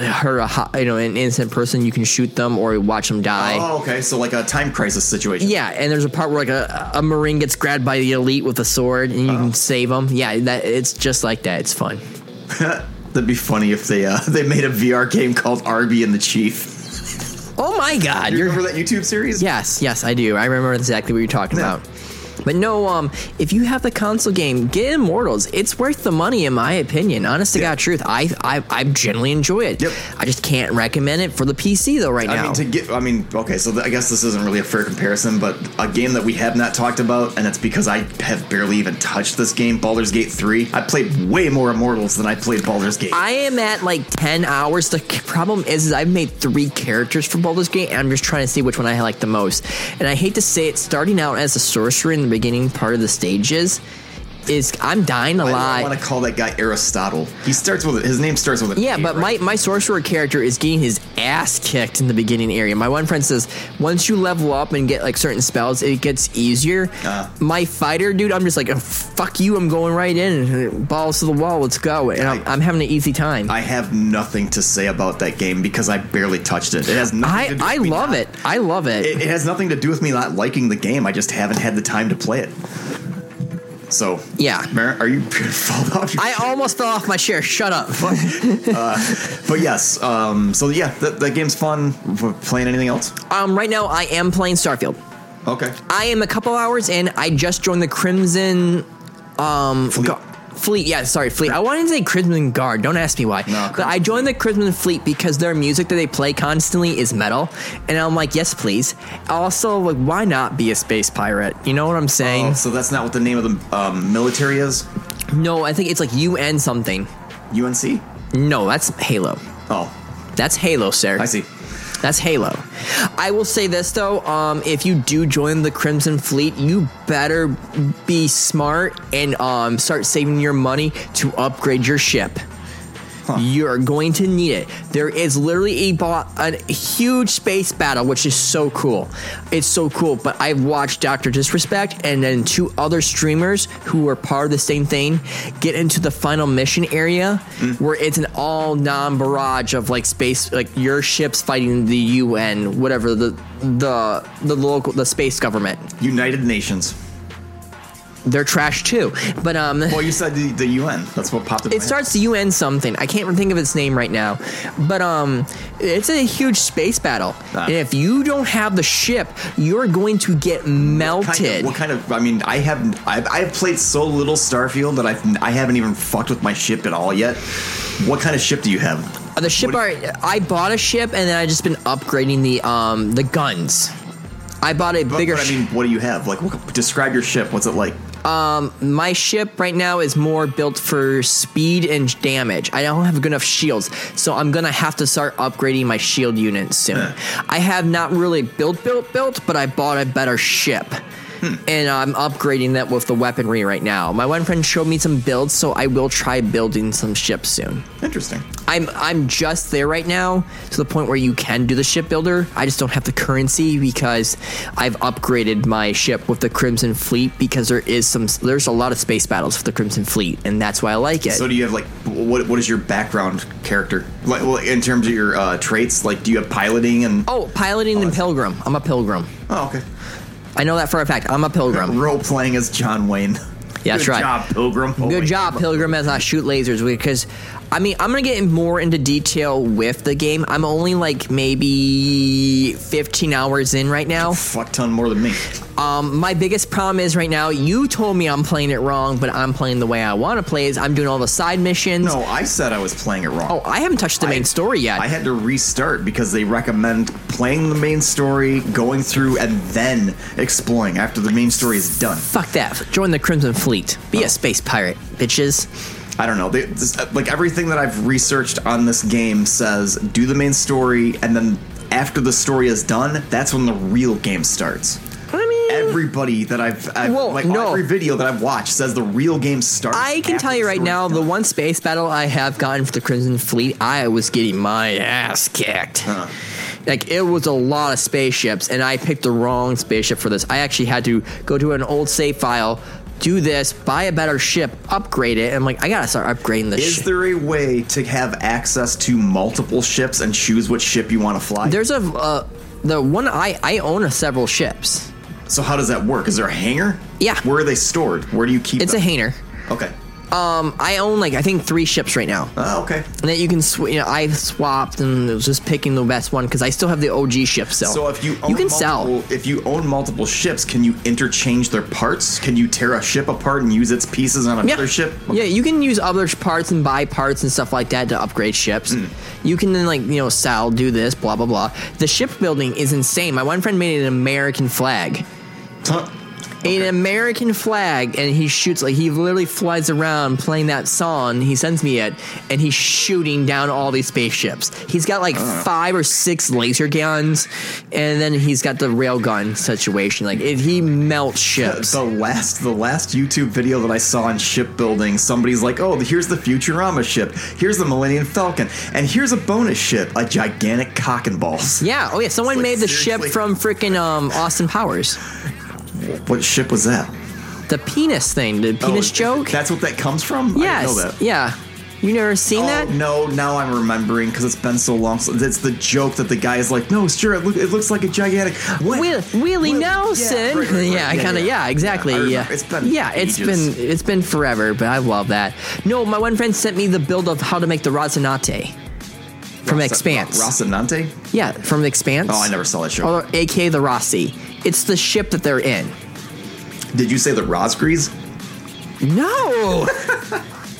her a hot, you know an innocent person, you can shoot them or watch them die. Oh, okay. So like a time crisis situation. Yeah, and there's a part where like a, a marine gets grabbed by the elite with a sword, and you Oh. can save them. Yeah, that it's just like that. It's fun. That'd be funny if they uh, they made a VR game called Arby and the Chief. Oh my god! You remember that YouTube series? Yes, yes, I do. I remember exactly what you're talking about. But no, um, if you have the console game, get Immortals. It's worth the money, in my opinion. Honest to God, truth. I, I, I generally enjoy it. Yep. I just can't recommend it for the PC though right I now. mean, to get, I mean, okay, so th- I guess this isn't really a fair comparison, but a game that we have not talked about, and it's because I have barely even touched this game, Baldur's Gate 3. I played way more Immortals than I played Baldur's Gate. I am at like 10 hours. The c- problem is, is I've made three characters for Baldur's Gate, and I'm just trying to see which one I like the most. And I hate to say it, starting out as a sorcerer in the beginning part of the stages is I'm dying a lot. I want to call that guy Aristotle. He starts with his name starts with an Yeah, A, but right? my, my sorcerer character is getting his ass kicked in the beginning area. My one friend says once you level up and get like certain spells, it gets easier. Uh-huh. My fighter dude, I'm just like, "Oh, fuck you, I'm going right in. Balls to the wall, let's go. And I'm, I'm having an easy time. I have nothing to say about that game because I barely touched it. It has nothing to I, I do with me love not- it. I love it. it. It has nothing to do with me not liking the game. I just haven't had the time to play it. So yeah, Mer- are you fall off? Your I almost fell off my chair. Shut up. uh, but yes, um, so yeah, that, that game's fun. We're playing anything else? Um, right now, I am playing Starfield. Okay. I am a couple hours in. I just joined the Crimson um, Fleet. Fleet, yeah, sorry, Fleet. I wanted to say Crimson Guard. Don't ask me why. but I joined the Crimson Fleet because their music that they play constantly is metal, and I'm like, yes, please. Also, like, why not be a space pirate? You know what I'm saying? Oh, So that's not what the name of the um, military is. No, I think it's like UN something. UNC? No, that's Halo. Oh. That's Halo, sir. I see. That's Halo. I will say this though, um, if you do join the Crimson Fleet, you better be smart and um, start saving your money to upgrade your ship. You're going to need it. There is literally a, bo- a huge space battle, which is so cool. It's so cool. But I watched Dr. Disrespect and then two other streamers who were part of the same thing get into the final mission area where it's an all non barrage of like space, like your ships fighting the UN, whatever the the the local the space government. United Nations. They're trash too. But um, Well, you said the, the UN. That's what popped up. in It my starts UN something. I can't think of its name right now, but um, it's a huge space battle. Ah. And if you don't have the ship, you're going to get melted. head. What kind of? I mean, I have I've, I've played so little Starfield that I've I haven't even fucked with my ship at all yet. What kind of ship do you have? Uh, the ship are, I bought a ship and then I just been upgrading the um the guns. I bought a But, bigger. but I ship. mean, what do you have? Like, what, describe your ship. What's it like? Um, my ship right now is more built for speed and damage. I don't have good enough shields, so I'm gonna have to start upgrading my shield unit soon. I have not really built, built, built, but I bought a better ship. And I'm upgrading that with the weaponry right now. My one friend showed me some builds, so I will try building some ships soon. Interesting. I'm I'm just there right now to the point where you can do the shipbuilder. I just don't have the currency because I've upgraded my ship with the Crimson Fleet because there is some there's a lot of space battles with the Crimson Fleet and that's why I like it. So do you have like what? What is your background character? Like, well, in terms of your uh, traits, like, do you have piloting and? oh, piloting and pilgrim. I'm a pilgrim. Oh, okay. I know that for a fact. I'm a pilgrim. Role playing as John Wayne. Yeah, that's Good right. job, Pilgrim. Oh, Good wait. job, Pilgrim, as I shoot lasers because I mean I'm gonna get more into detail with the game. I'm only like maybe 15 hours in right now. Fuck ton more than me. Um, my biggest problem is right now. You told me I'm playing it wrong, but I'm playing the way I want to play. Is I'm doing all the side missions. No, I said I was playing it wrong. Oh, I haven't touched the main story yet. I had to restart because they recommend playing the main story, going through, and then exploring after the main story is done. Fuck that. Join the Crimson Fleet. Oh. Be a space pirate, bitches. I don't know. They, this, uh, like everything that I've researched on this game says, do the main story, and then after the story is done, that's when the real game starts. I mean, everybody that I've, I've like every video that I've watched says the real game starts. I can after tell you the right story's now, the one space battle I have gotten for the Crimson Fleet, I was getting my ass kicked. Like it was a lot of spaceships, and I picked the wrong spaceship for this. I actually had to go to an old save file, do this, buy a better ship, upgrade it. And I'm like, I gotta start upgrading this. Is ship. there a way to have access to multiple ships and choose which ship you want to fly? There's a uh, the one I I own a several ships. So how does that work? Is there a hangar? Yeah. Where are they stored? Where do you keep? It's them? a hangar. Okay. Um, I own like I think three ships right now. Oh, okay. And that you can, sw- you know, I swapped and it was just picking the best one because I still have the OG ship. So, So if you own you can sell, multiple, if you own multiple ships, can you interchange their parts? Can you tear a ship apart and use its pieces on another yeah, ship? yeah, you can use other sh- parts and buy parts and stuff like that to upgrade ships. Hmm. You can then like you know sell, do this, blah blah blah. The ship building is insane. My one friend made an American flag. An American flag, and he shoots like he literally flies around playing that song. He sends me it, and he's shooting down all these spaceships. He's got like Uh. five or six laser guns, and then he's got the rail gun situation. Like it, he melts ships. The last the last YouTube video that I saw on shipbuilding, somebody's like, "Oh, here's the Futurama ship. Here's the Millennium Falcon, and here's a bonus ship, a gigantic cock and balls." Yeah. Oh yeah. Someone made the ship from freaking um, Austin Powers. What ship was that? The penis thing. The penis joke. That's what Oh, that comes from. I Yes. didn't know that. Oh, Yeah. You never seen that? No, now I'm remembering because it's been so long. So it's the joke that the guy is like, "No, sure, it, look, it looks like a gigantic." What? Will, Willie Nelson. Yeah, right, right, right. I Yeah, kind of. yeah. Yeah, exactly. Yeah, I Yeah, remember. It's been yeah, it's ages. been it's been forever, but I love that. No, my one friend sent me the build of how to make the Rosinante from Rosa- Expanse. Rocinante? yeah, from Expanse. Oh, I never saw that show. Or AKA the Rossi. It's the ship that they're in. Did you say the Rosgrees? No.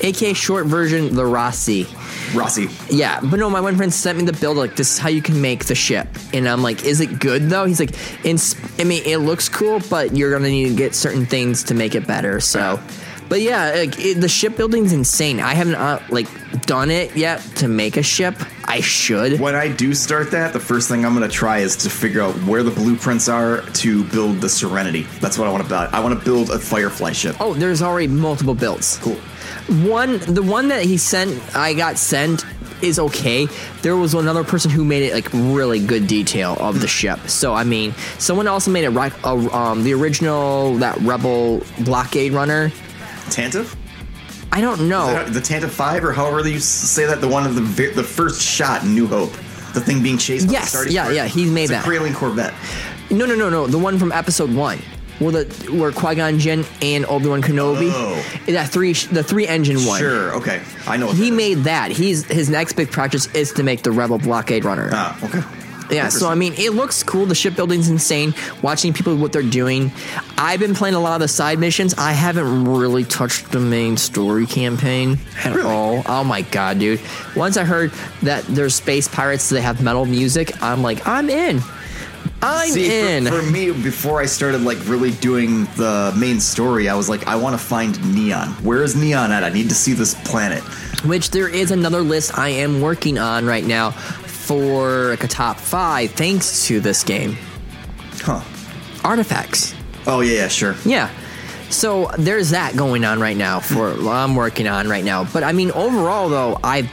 AKA short version the Rossi. Rossi. Yeah, but no, my one friend sent me the build. Like, this is how you can make the ship, and I'm like, is it good though? He's like, in, I mean, it looks cool, but you're gonna need to get certain things to make it better. So, but yeah, like it, the shipbuilding's insane. I haven't uh, like done it yet to make a ship. I should. When I do start that, the first thing I'm going to try is to figure out where the blueprints are to build the Serenity. That's what I want to build. I want to build a Firefly ship. Oh, there's already multiple builds. Cool. One, the one that he sent, I got sent, is okay. There was another person who made it like really good detail of the ship. So I mean, someone also made a, ri- a um, the original that Rebel blockade runner. Tantive? I don't know. The Tantive Five, or however you s- say that, the one of the ve- the first shot, in New Hope, the thing being chased. by the Yes, Star yeah, Destroyer. yeah, he made It's that. A Kraling Corvette. No, no, no, no. The one from Episode One. Where the where Qui Gon Jinn and Obi Wan Kenobi, Oh. that three the three engine one. Sure. Okay. I know. what He that is. made that. He's his next big project is to make the Rebel blockade runner. Ah. Okay. Yeah, so I mean, it looks cool. The shipbuilding's insane. Watching people what they're doing. I've been playing a lot of the side missions. I haven't really touched the main story campaign at all. Oh my god, dude! Once I heard that there's space pirates, they have metal music. I'm like, I'm in. I'm See, for- in. For, me, before I started like really doing the main story, I was like, I want to find neon. Where is neon at? I need to see this planet. which there is another list I am working on right now for like a top five, thanks to this game. Huh. Artifacts. Oh yeah, yeah, sure. Yeah. So there's that going on right now for I'm working on right now. But I mean overall though, I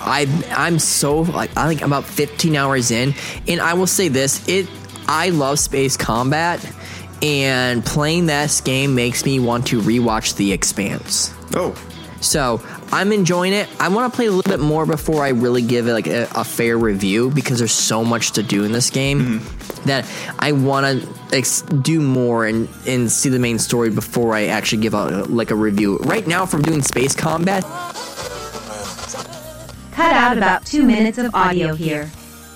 I I'm so like I think I'm about 15 hours in and I will say this, it I love space combat and playing this game makes me want to rewatch The Expanse. Oh. So I'm enjoying it. I want to play a little bit more before I really give it like a, a fair review because there's so much to do in this game that I want to ex- do more and and see the main story before I actually give out uh, like a review. Right now, from doing space combat, Cut out about two minutes of audio here.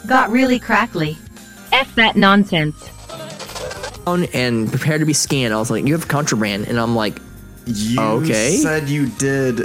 Got really crackly. F that nonsense. on and prepare to be scanned, I was like, "You have contraband," and I'm like, You Okay. said you did.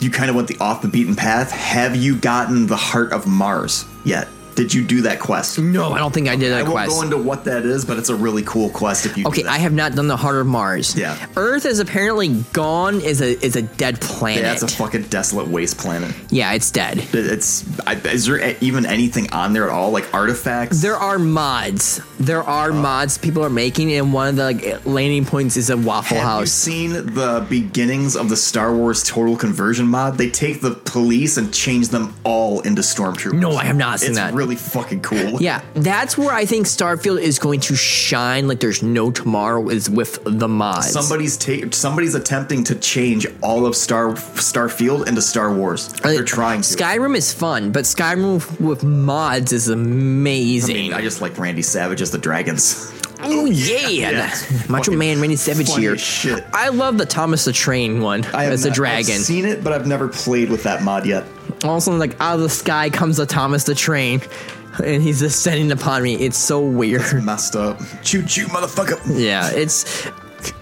You kind of went the off the beaten path. Have you gotten the heart of Mars yet? Did you do that quest? "No, I don't think I did I that won't quest." go into what that is, but it's a really cool quest. If you do Okay, that. I have not done the heart of Mars. Yeah. Earth is apparently gone. is a is a dead planet. yeah, it's a fucking desolate waste planet. yeah, it's dead. It- It's I, is there a- even anything on there at all, like artifacts? There are mods. There Oh. are mods people are making, and one of the like, landing points is a Waffle Have you House. seen the beginnings of the Star Wars total conversion mod? They take the police and change them all into stormtroopers. No, I have not seen it's that. Really really fucking cool. Yeah, that's where I think Starfield is going to shine. Like there's no tomorrow is with the mods. Somebody's ta- somebody's attempting to change all of Star Starfield into Star Wars. They're trying. To. Uh, Skyrim is fun, but Skyrim with mods is amazing. I, mean, I just like Randy Savage as the dragons. Oh yeah, Macho Man Randy Savage funny here. as shit. I love the Thomas the Train one have as a not- I've dragon. seen it, but I've never played with that mod yet. Also, like out of the sky comes the Thomas the Train, and he's descending upon me. It's so weird. messed up. Choo choo, motherfucker. Yeah, it's.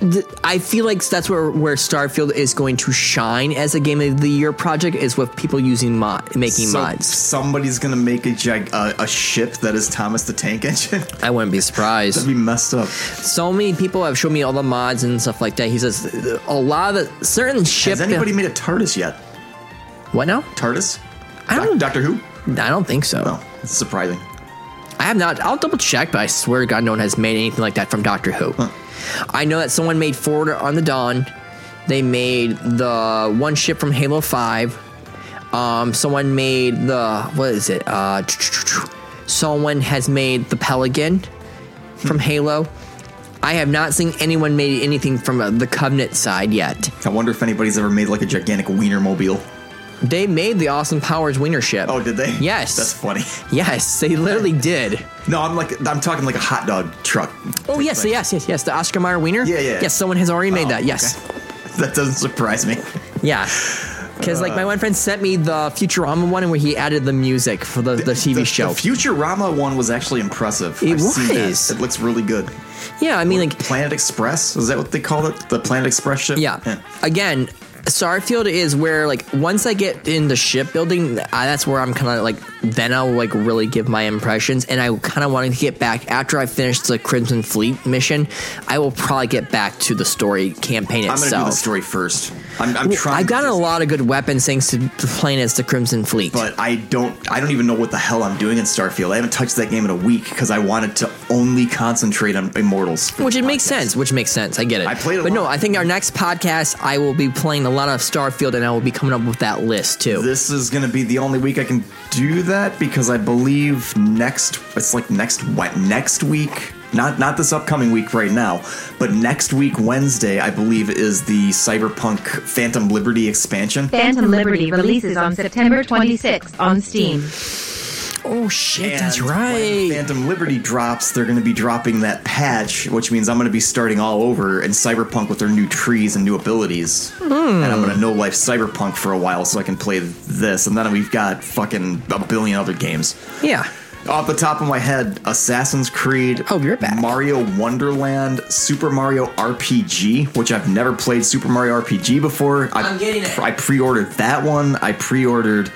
th- I feel like that's where where Starfield is going to shine as a game of the year project is with people using mod making So mods. Somebody's gonna make a gig- uh, a ship that is Thomas the Tank Engine. I wouldn't be surprised. That'd be messed up. So many people have shown me all the mods and stuff like that. He says th- a lot of the, certain ship. Has anybody made a TARDIS yet? what now? TARDIS? I Doc- don't. Doctor Who? I don't think so. No, it's surprising. I have not. I'll double check, but I swear to God, no one has made anything like that from Doctor Who. I know that someone made Ford on the Dawn. They made the one ship from Halo Five. Um, someone made the what is it? Uh, someone has made the Pelican from Hmm. Halo. I have not seen anyone made anything from uh, the Covenant side yet. I wonder if anybody's ever made like a gigantic wiener mobile. They made the Austin Powers Wiener ship. Oh, did they? Yes. That's funny. Yes, they literally did. No, I'm like I'm talking like a hot dog truck. Oh yes, yes, yes, yes. The Oscar Mayer wiener. Yeah, yeah. Oh, Yes, someone has already made that. Yes, That doesn't surprise me. yeah. Because like my one friend sent me the Futurama one, where he added the music for the, the TV show. The Futurama one was actually impressive. It I've seen that. was. It looks really good. yeah, I mean like Planet Express is that what they call it? The Planet Express ship. yeah. Again, Starfield is where like once I get into shipbuilding, I, that's where I'm kind of like then I'll like really give my impressions, and I kind of want to get back after I finish the Crimson Fleet mission. I will probably get back to the story campaign I'm gonna itself. do the story first. I'm, I'm Well, trying. I've to gotten a just- lot of good weapons thanks to playing as the Crimson Fleet. but I don't. I don't even know what the hell I'm doing in Starfield. I haven't touched that game in a week because I wanted to only concentrate on Immortals. which it makes sense. Which makes sense. I get it. I played a but no. lot. I think our next podcast, I will be playing a lot of Starfield, and I will be coming up with that list too. This is going to be the only week I can do that because I believe next it's like next what next week not not this upcoming week right now but next week Wednesday I believe is the Cyberpunk Phantom Liberty expansion. Phantom Liberty releases on September 26th on Steam. oh shit! that's And right. When Phantom Liberty drops, they're going to be dropping that patch, which means I'm going to be starting all over in Cyberpunk with their new trees and new abilities. Hmm. And I'm going to no life Cyberpunk for a while so I can play this. And then we've got fucking a billion other games. Yeah. Off the top of my head, Assassin's Creed. Oh, you're back. Mario Wonderland, Super Mario RPG, which I've never played Super Mario RPG before. I, I'm getting it. I pre-ordered that one. I pre-ordered.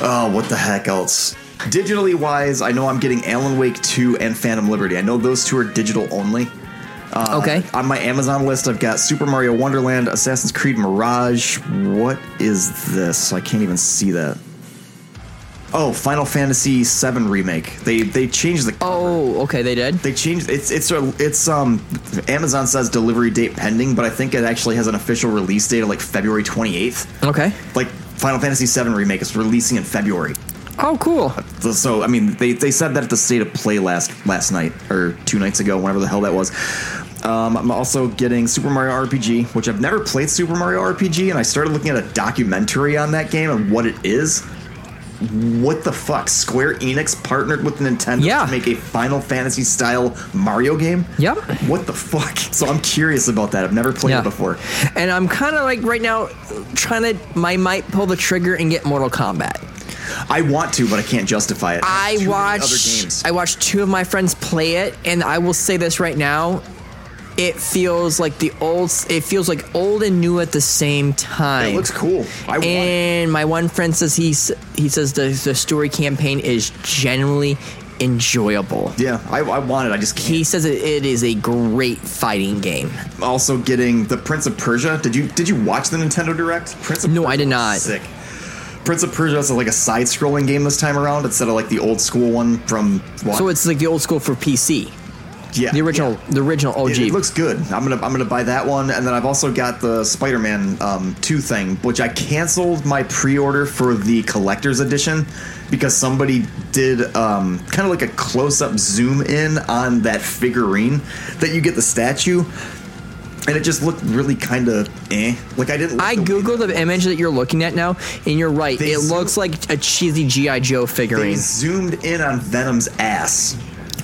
Oh, what the heck else? Digitally wise, I know I'm getting Alan Wake 2 and Phantom Liberty. I know those two are digital only. Uh, okay. On my Amazon list, I've got Super Mario Wonderland, Assassin's Creed Mirage. What is this? I can't even see that. Oh, Final Fantasy VII remake. They they changed the Oh, okay. They did. they changed it's it's a it's um Amazon says delivery date pending, but I think it actually has an official release date of like February 28th. Okay. Like Final Fantasy VII remake is releasing in February. Oh, cool. So, so, I mean, they, they said that at the state of play last last night or two nights ago, whenever the hell that was. Um, I'm also getting Super Mario RPG, which I've never played Super Mario RPG, and I started looking at a documentary on that game and what it is. What the fuck? Square Enix partnered with Nintendo Yeah. to make a Final Fantasy style Mario game. Yep. What the fuck? So I'm curious about that. I've never played Yeah. it before. And I'm kind of like right now trying to. I might pull the trigger and get Mortal Kombat. I want to, but I can't justify it. Too I many watched other games. I watched two of my friends play it, and I will say this right now: it feels like the old. It feels like old and new at the same time. it looks cool. I want it. And my one friend says he's he says the the story campaign is generally enjoyable. Yeah, I, I want it. I just can't. He says it, it is a great fighting game. also getting the Prince of Persia. Did you did you watch the Nintendo Direct? Prince of No, I Persia did was not. Sick. Prince of Persia is like a side-scrolling game this time around instead of like the old school one from. What? So it's like the old school for PC. Yeah, the original, the original OG. It, it looks good. I'm gonna I'm gonna buy that one, and then I've also got the Spider-Man um, two thing, which I canceled my pre-order for the collector's edition because somebody did um, kind of like a close-up zoom in on that figurine that you get the statue. And it just looked really kind of eh. Like I didn't. I googled the, image that you're looking at now, and you're right. They it zoom- looks like a cheesy GI Joe They figurine. zoomed in on Venom's ass.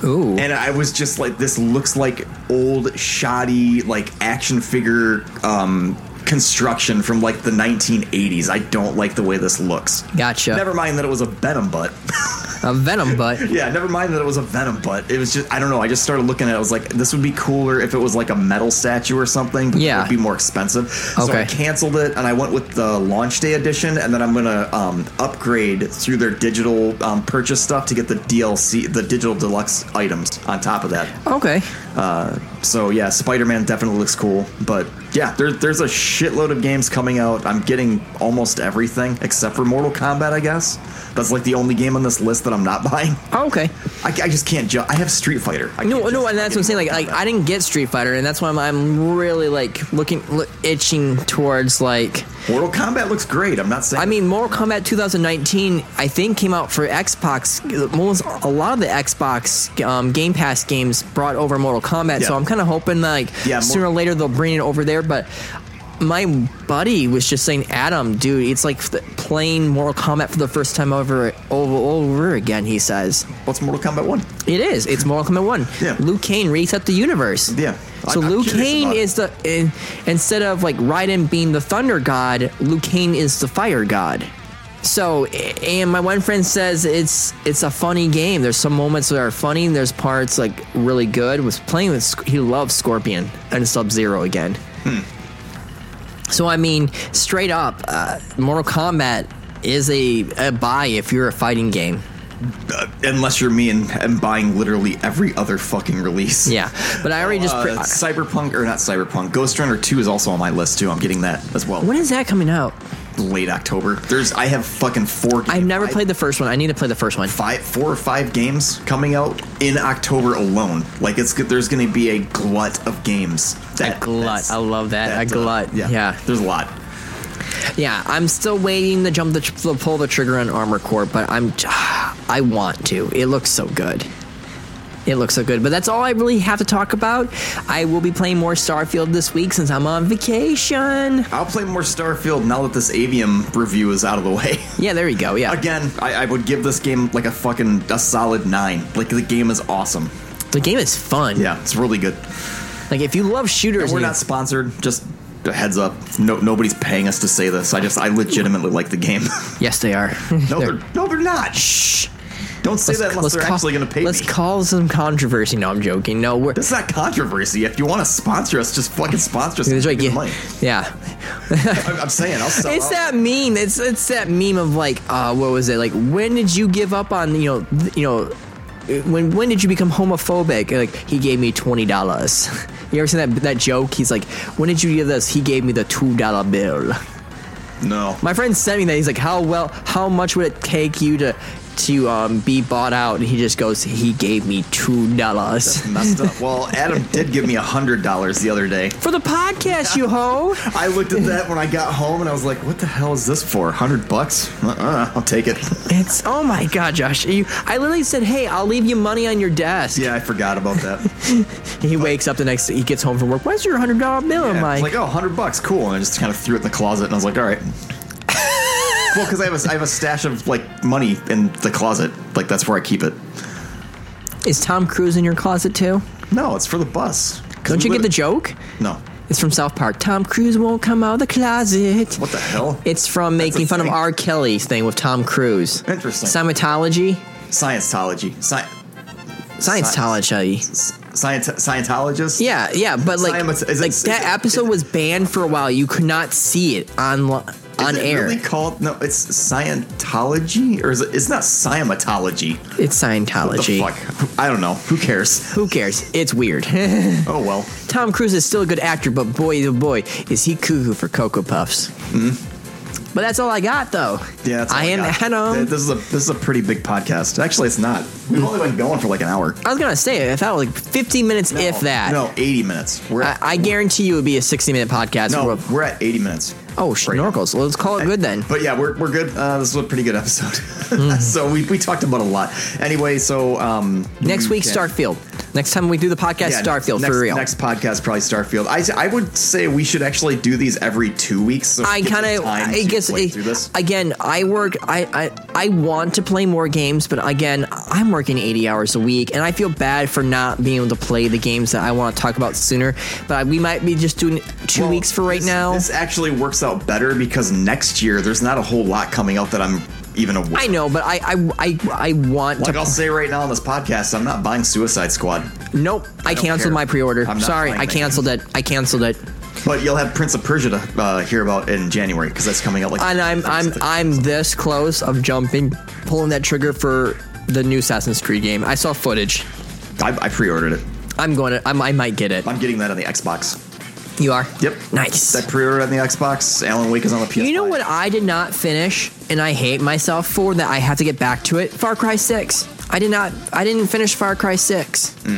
Ooh. And I was just like, this looks like old, shoddy, like action figure um, construction from like the 1980s. I don't like the way this looks. Gotcha. Never mind that it was a Venom butt. a Venom butt. yeah, never mind that it was a Venom butt. It was just, I don't know. I just started looking at it. I was like, this would be cooler if it was like a metal statue or something. But Yeah. It would be more expensive. So Okay. I canceled it and I went with the launch day edition. And then I'm going to um, upgrade through their digital um, purchase stuff to get the DLC, the digital deluxe items on top of that. Okay. Uh, so yeah, Spider Man definitely looks cool. But yeah, there, there's a shitload of games coming out. I'm getting almost everything except for Mortal Kombat, I guess. That's like the only game on this list that I'm not buying. Oh, okay. I, I just can't jump. I have Street Fighter. I No, can't no, just- and that's what I'm saying. Like, like I didn't get Street Fighter, and that's why I'm, I'm really like looking, look, itching towards like. Mortal Kombat looks great. I'm not saying. I mean, Mortal Kombat 2019, I think, came out for Xbox. Most a lot of the Xbox um, Game Pass games brought over Mortal Kombat, so Yeah. I'm kind of hoping like Yeah, Mor- sooner or later they'll bring it over there. But my buddy was just saying, Adam, dude, it's like th- playing Mortal Kombat for the first time over over over again. He says, What's Mortal Kombat One? It is. It's Mortal Kombat One. Yeah. Luke Kane reset the universe. Yeah. So I'm- I'm Luke curious Kane about it. is the in, instead of like Raiden being the thunder god, Luke Kane is the fire god. So a- and my one friend says it's it's a funny game. There's some moments that are funny. And there's parts like really good. Was playing with Sc- he loves Scorpion and Sub Zero again. Hmm. So I mean, straight up, uh, Mortal Kombat is a, a buy if you're a fighting game. Uh, unless you're me and, and buying literally every other fucking release. Yeah, but I already just Uh, pre- Cyberpunk or not Cyberpunk? Ghost Runner Two is also on my list too. I'm getting that as well. when is that coming out? Late October. There's I have fucking four. Games. I've never played the first one. I need to play the first one. five, four or five games coming out in October alone. Like it's there's going to be a glut of games. That, uh, A glut. I love that. a glut. yeah, yeah. There's a lot. Yeah. I'm still waiting to jump the to pull the trigger on Armor Core, but I'm I want to. It looks so good. It looks so good. But that's all I really have to talk about. I will be playing more Starfield this week since I'm on vacation. I'll play more Starfield now that this Avium review is out of the way. Yeah, there you go. Yeah. Again, I, I would give this game like a fucking a solid nine. Like the game is awesome. The game is fun. Yeah, it's really good. Like if you love shooters, And we're and you- not sponsored. Just a heads up. No, nobody's paying us to say this. I just I legitimately like the game. yes, they are. no, they're, no, they're not. Shh. Don't say that unless they're actually going to pay Let's me. call some controversy. No, I'm joking. No, we're That's not controversy. If you want to sponsor us, just fucking sponsor us. That's and right. give Yeah, us money. yeah. I'm, I'm saying, I'll sell It's out. that meme. It's it's that meme of like, uh, what was it? Like, when did you give up on you know th- you know when when did you become homophobic? Like, he gave me twenty dollars. You ever seen that that joke? He's like, when did you give this? He gave me the two dollar bill. No. My friend sent me that. He's like, how well, how much would it take you to to um, be bought out? And he just goes, he gave me two dollars Messed up. Well, Adam did give me a hundred dollars the other day. for the podcast, you ho. I looked at that when I got home and I was like, "What the hell is this for? Hundred bucks? Uh-uh, I'll take it." It's oh my god, Josh! You, I literally said, "Hey, I'll leave you money on your desk." Yeah, I forgot about that. He wakes up the next. He gets home from work. Where's your hundred dollar bill? Yeah, I'm I was like, like, "Oh, hundred bucks, cool." And I just kind of threw it in the closet and I was like, "All right." well, because I have a, I have a stash of like money in the closet. Like that's where I keep it. is Tom Cruise in your closet too? No, it's for the bus. Don't you get the joke? No. It's from South Park. Tom Cruise won't come out of the closet. What the hell? It's from making a fun thing? of R. Kelly's thing with Tom Cruise. Interesting. Scientology. Scientology. Sci- Scientology. Scient- Scientologist. Yeah, yeah, but like, Science- is it- like is that it- episode was banned for a while. You could not see it on on Is it air. Really called no? It's Scientology, or is it? It's not Scientology. It's What Scientology. the fuck? I don't know. Who cares? Who cares? It's weird. Oh well. Tom Cruise is still a good actor, but boy, oh boy, is he cuckoo for Cocoa Puffs. But that's all I got, though. Hmm? Yeah, that's all I am got. Adam. This is a this is a pretty big podcast. Actually, it's not. We've only been going for like an hour. I was gonna say I thought it was like 15 minutes, if that. No, 80 minutes. We're I, I guarantee you it would be a 60 minute podcast. no, We're- we're at 80 minutes. oh, snorkels. Well, let's call it good then. But yeah, we're, we're good. Uh, this was a pretty good episode. Hmm. so we, we talked about a lot. Anyway, so um, Next you week, can- Starfield. Next time we do the podcast, Yeah, Starfield next, for real. Next podcast probably Starfield. I, I would say we should actually do these every two weeks. So I give kind it of, time I to guess, play I- through this. again, I work, I, I, I want to play more games, but again, I'm working 80 hours a week, and I feel bad for not being able to play the games that I want to talk about sooner. But we might be just doing two Well, weeks for right this- now. This actually works out better because next year there's not a whole lot coming out that I'm even aware. I know, but I, I, I, I want Like to. I'll say right now on this podcast, I'm not buying Suicide Squad, nope, I, don't canceled care. my pre-order. I'm not Sorry, playing I that. canceled it. I canceled it. but you'll have Prince of Persia to uh, hear about in January because that's coming out like. And I'm, I'm, I'm this close of jumping, pulling that trigger for the new Assassin's Creed game. I saw footage. I, I pre-ordered it. I'm going to, I'm, I might get it. I'm getting that on the Xbox. You are? Yep. Nice. I pre-ordered on the Xbox. Alan Wake is on the PS. You know what I did not finish, and I hate myself for that. I have to get back to it. Far Cry Six. I did not. I didn't finish Far Cry Six. Hmm.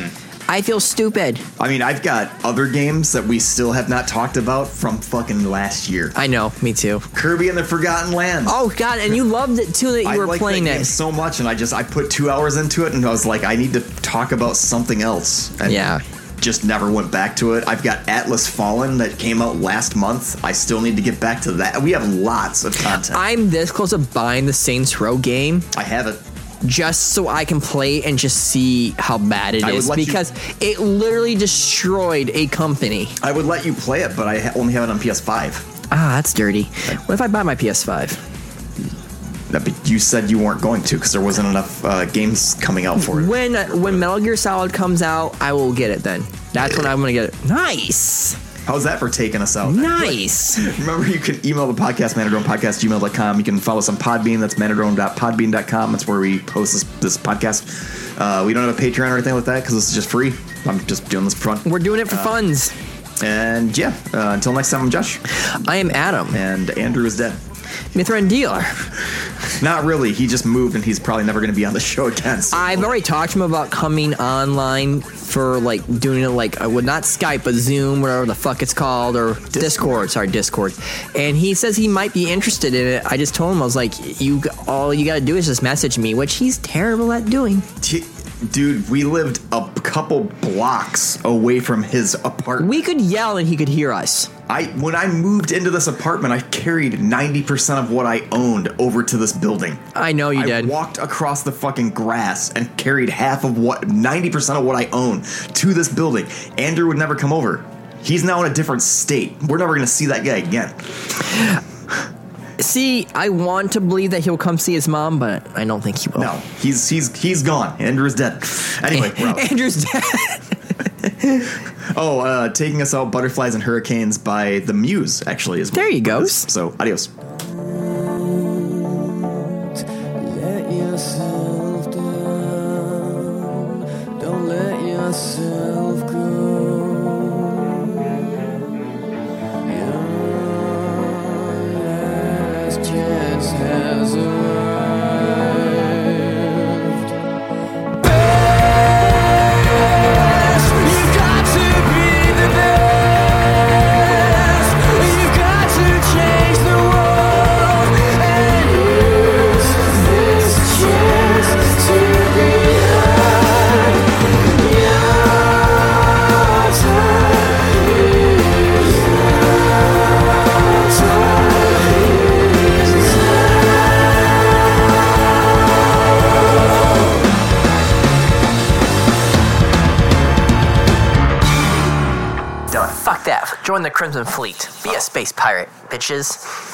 I feel stupid. I mean, I've got other games that we still have not talked about from fucking last year. I know. Me too. Kirby and the Forgotten Lands. Oh God! And you loved it too that you I were like playing that game it. so much, and I just I put two hours into it, and I was like, I need to talk about something else. And Yeah. Just never went back to it. I've got Atlas Fallen that came out last month. I still need to get back to that. We have lots of content. I, I'm this close to buying the Saints Row game have it. just so I can play and just see how bad it is I would let you- because it literally destroyed a company. I would let you play it, but I ha- only have it on PS5. Ah, that's dirty. What if I buy my PS5? That- but you said you weren't going to because there wasn't enough uh, games coming out for it. When when Metal Gear Solid comes out, I will get it then. That's when I'm gonna get it. Nice, How's that for taking us out? nice. Remember, you can email the podcast, manadronepodcast.gmail.com. You can follow us on Podbean. That's manadrone.podbean.com. That's where we post this, this podcast. Uh, we don't have a Patreon or anything like that because this is just free. I'm just doing this for fun. We're doing it for funds. And yeah, uh, until next time, I'm Josh. I am Adam, And Andrew is dead. Mithra and Dealer. Not really. He just moved and he's probably never going to be on the show again. So I've already talked to him about coming online for like doing it like I would not Skype but Zoom, whatever the fuck it's called, or Discord. Sorry, Discord. And he says he might be interested in it. I just told him I was like, you all you gotta do is just message me, which he's terrible at doing. T- dude, we lived a couple blocks away from his apartment. We could yell and he could hear us. I when I moved into this apartment, I carried 90% of what I owned over to this building. I know you I did. walked across the fucking grass and carried half of what 90% of what I own to this building. Andrew would never come over. He's now in a different state. We're never gonna see that guy again. See, I want to believe that he'll come see his mom, but I don't think he will. No, he's he's he's gone. Andrew's dead. Anyway, we're out. Andrew's dead. oh, uh, taking us out, butterflies and hurricanes by the Muse actually is There you go. So adios. Let yourself down. Don't let yourself go. Your last chance has arrived. Best, you've got to be the best. You've got to change the world. And use this chance to be heard. Your time is your time is Done. Fuck that. Join the Crimson Fleet. Be a space pirate, bitches.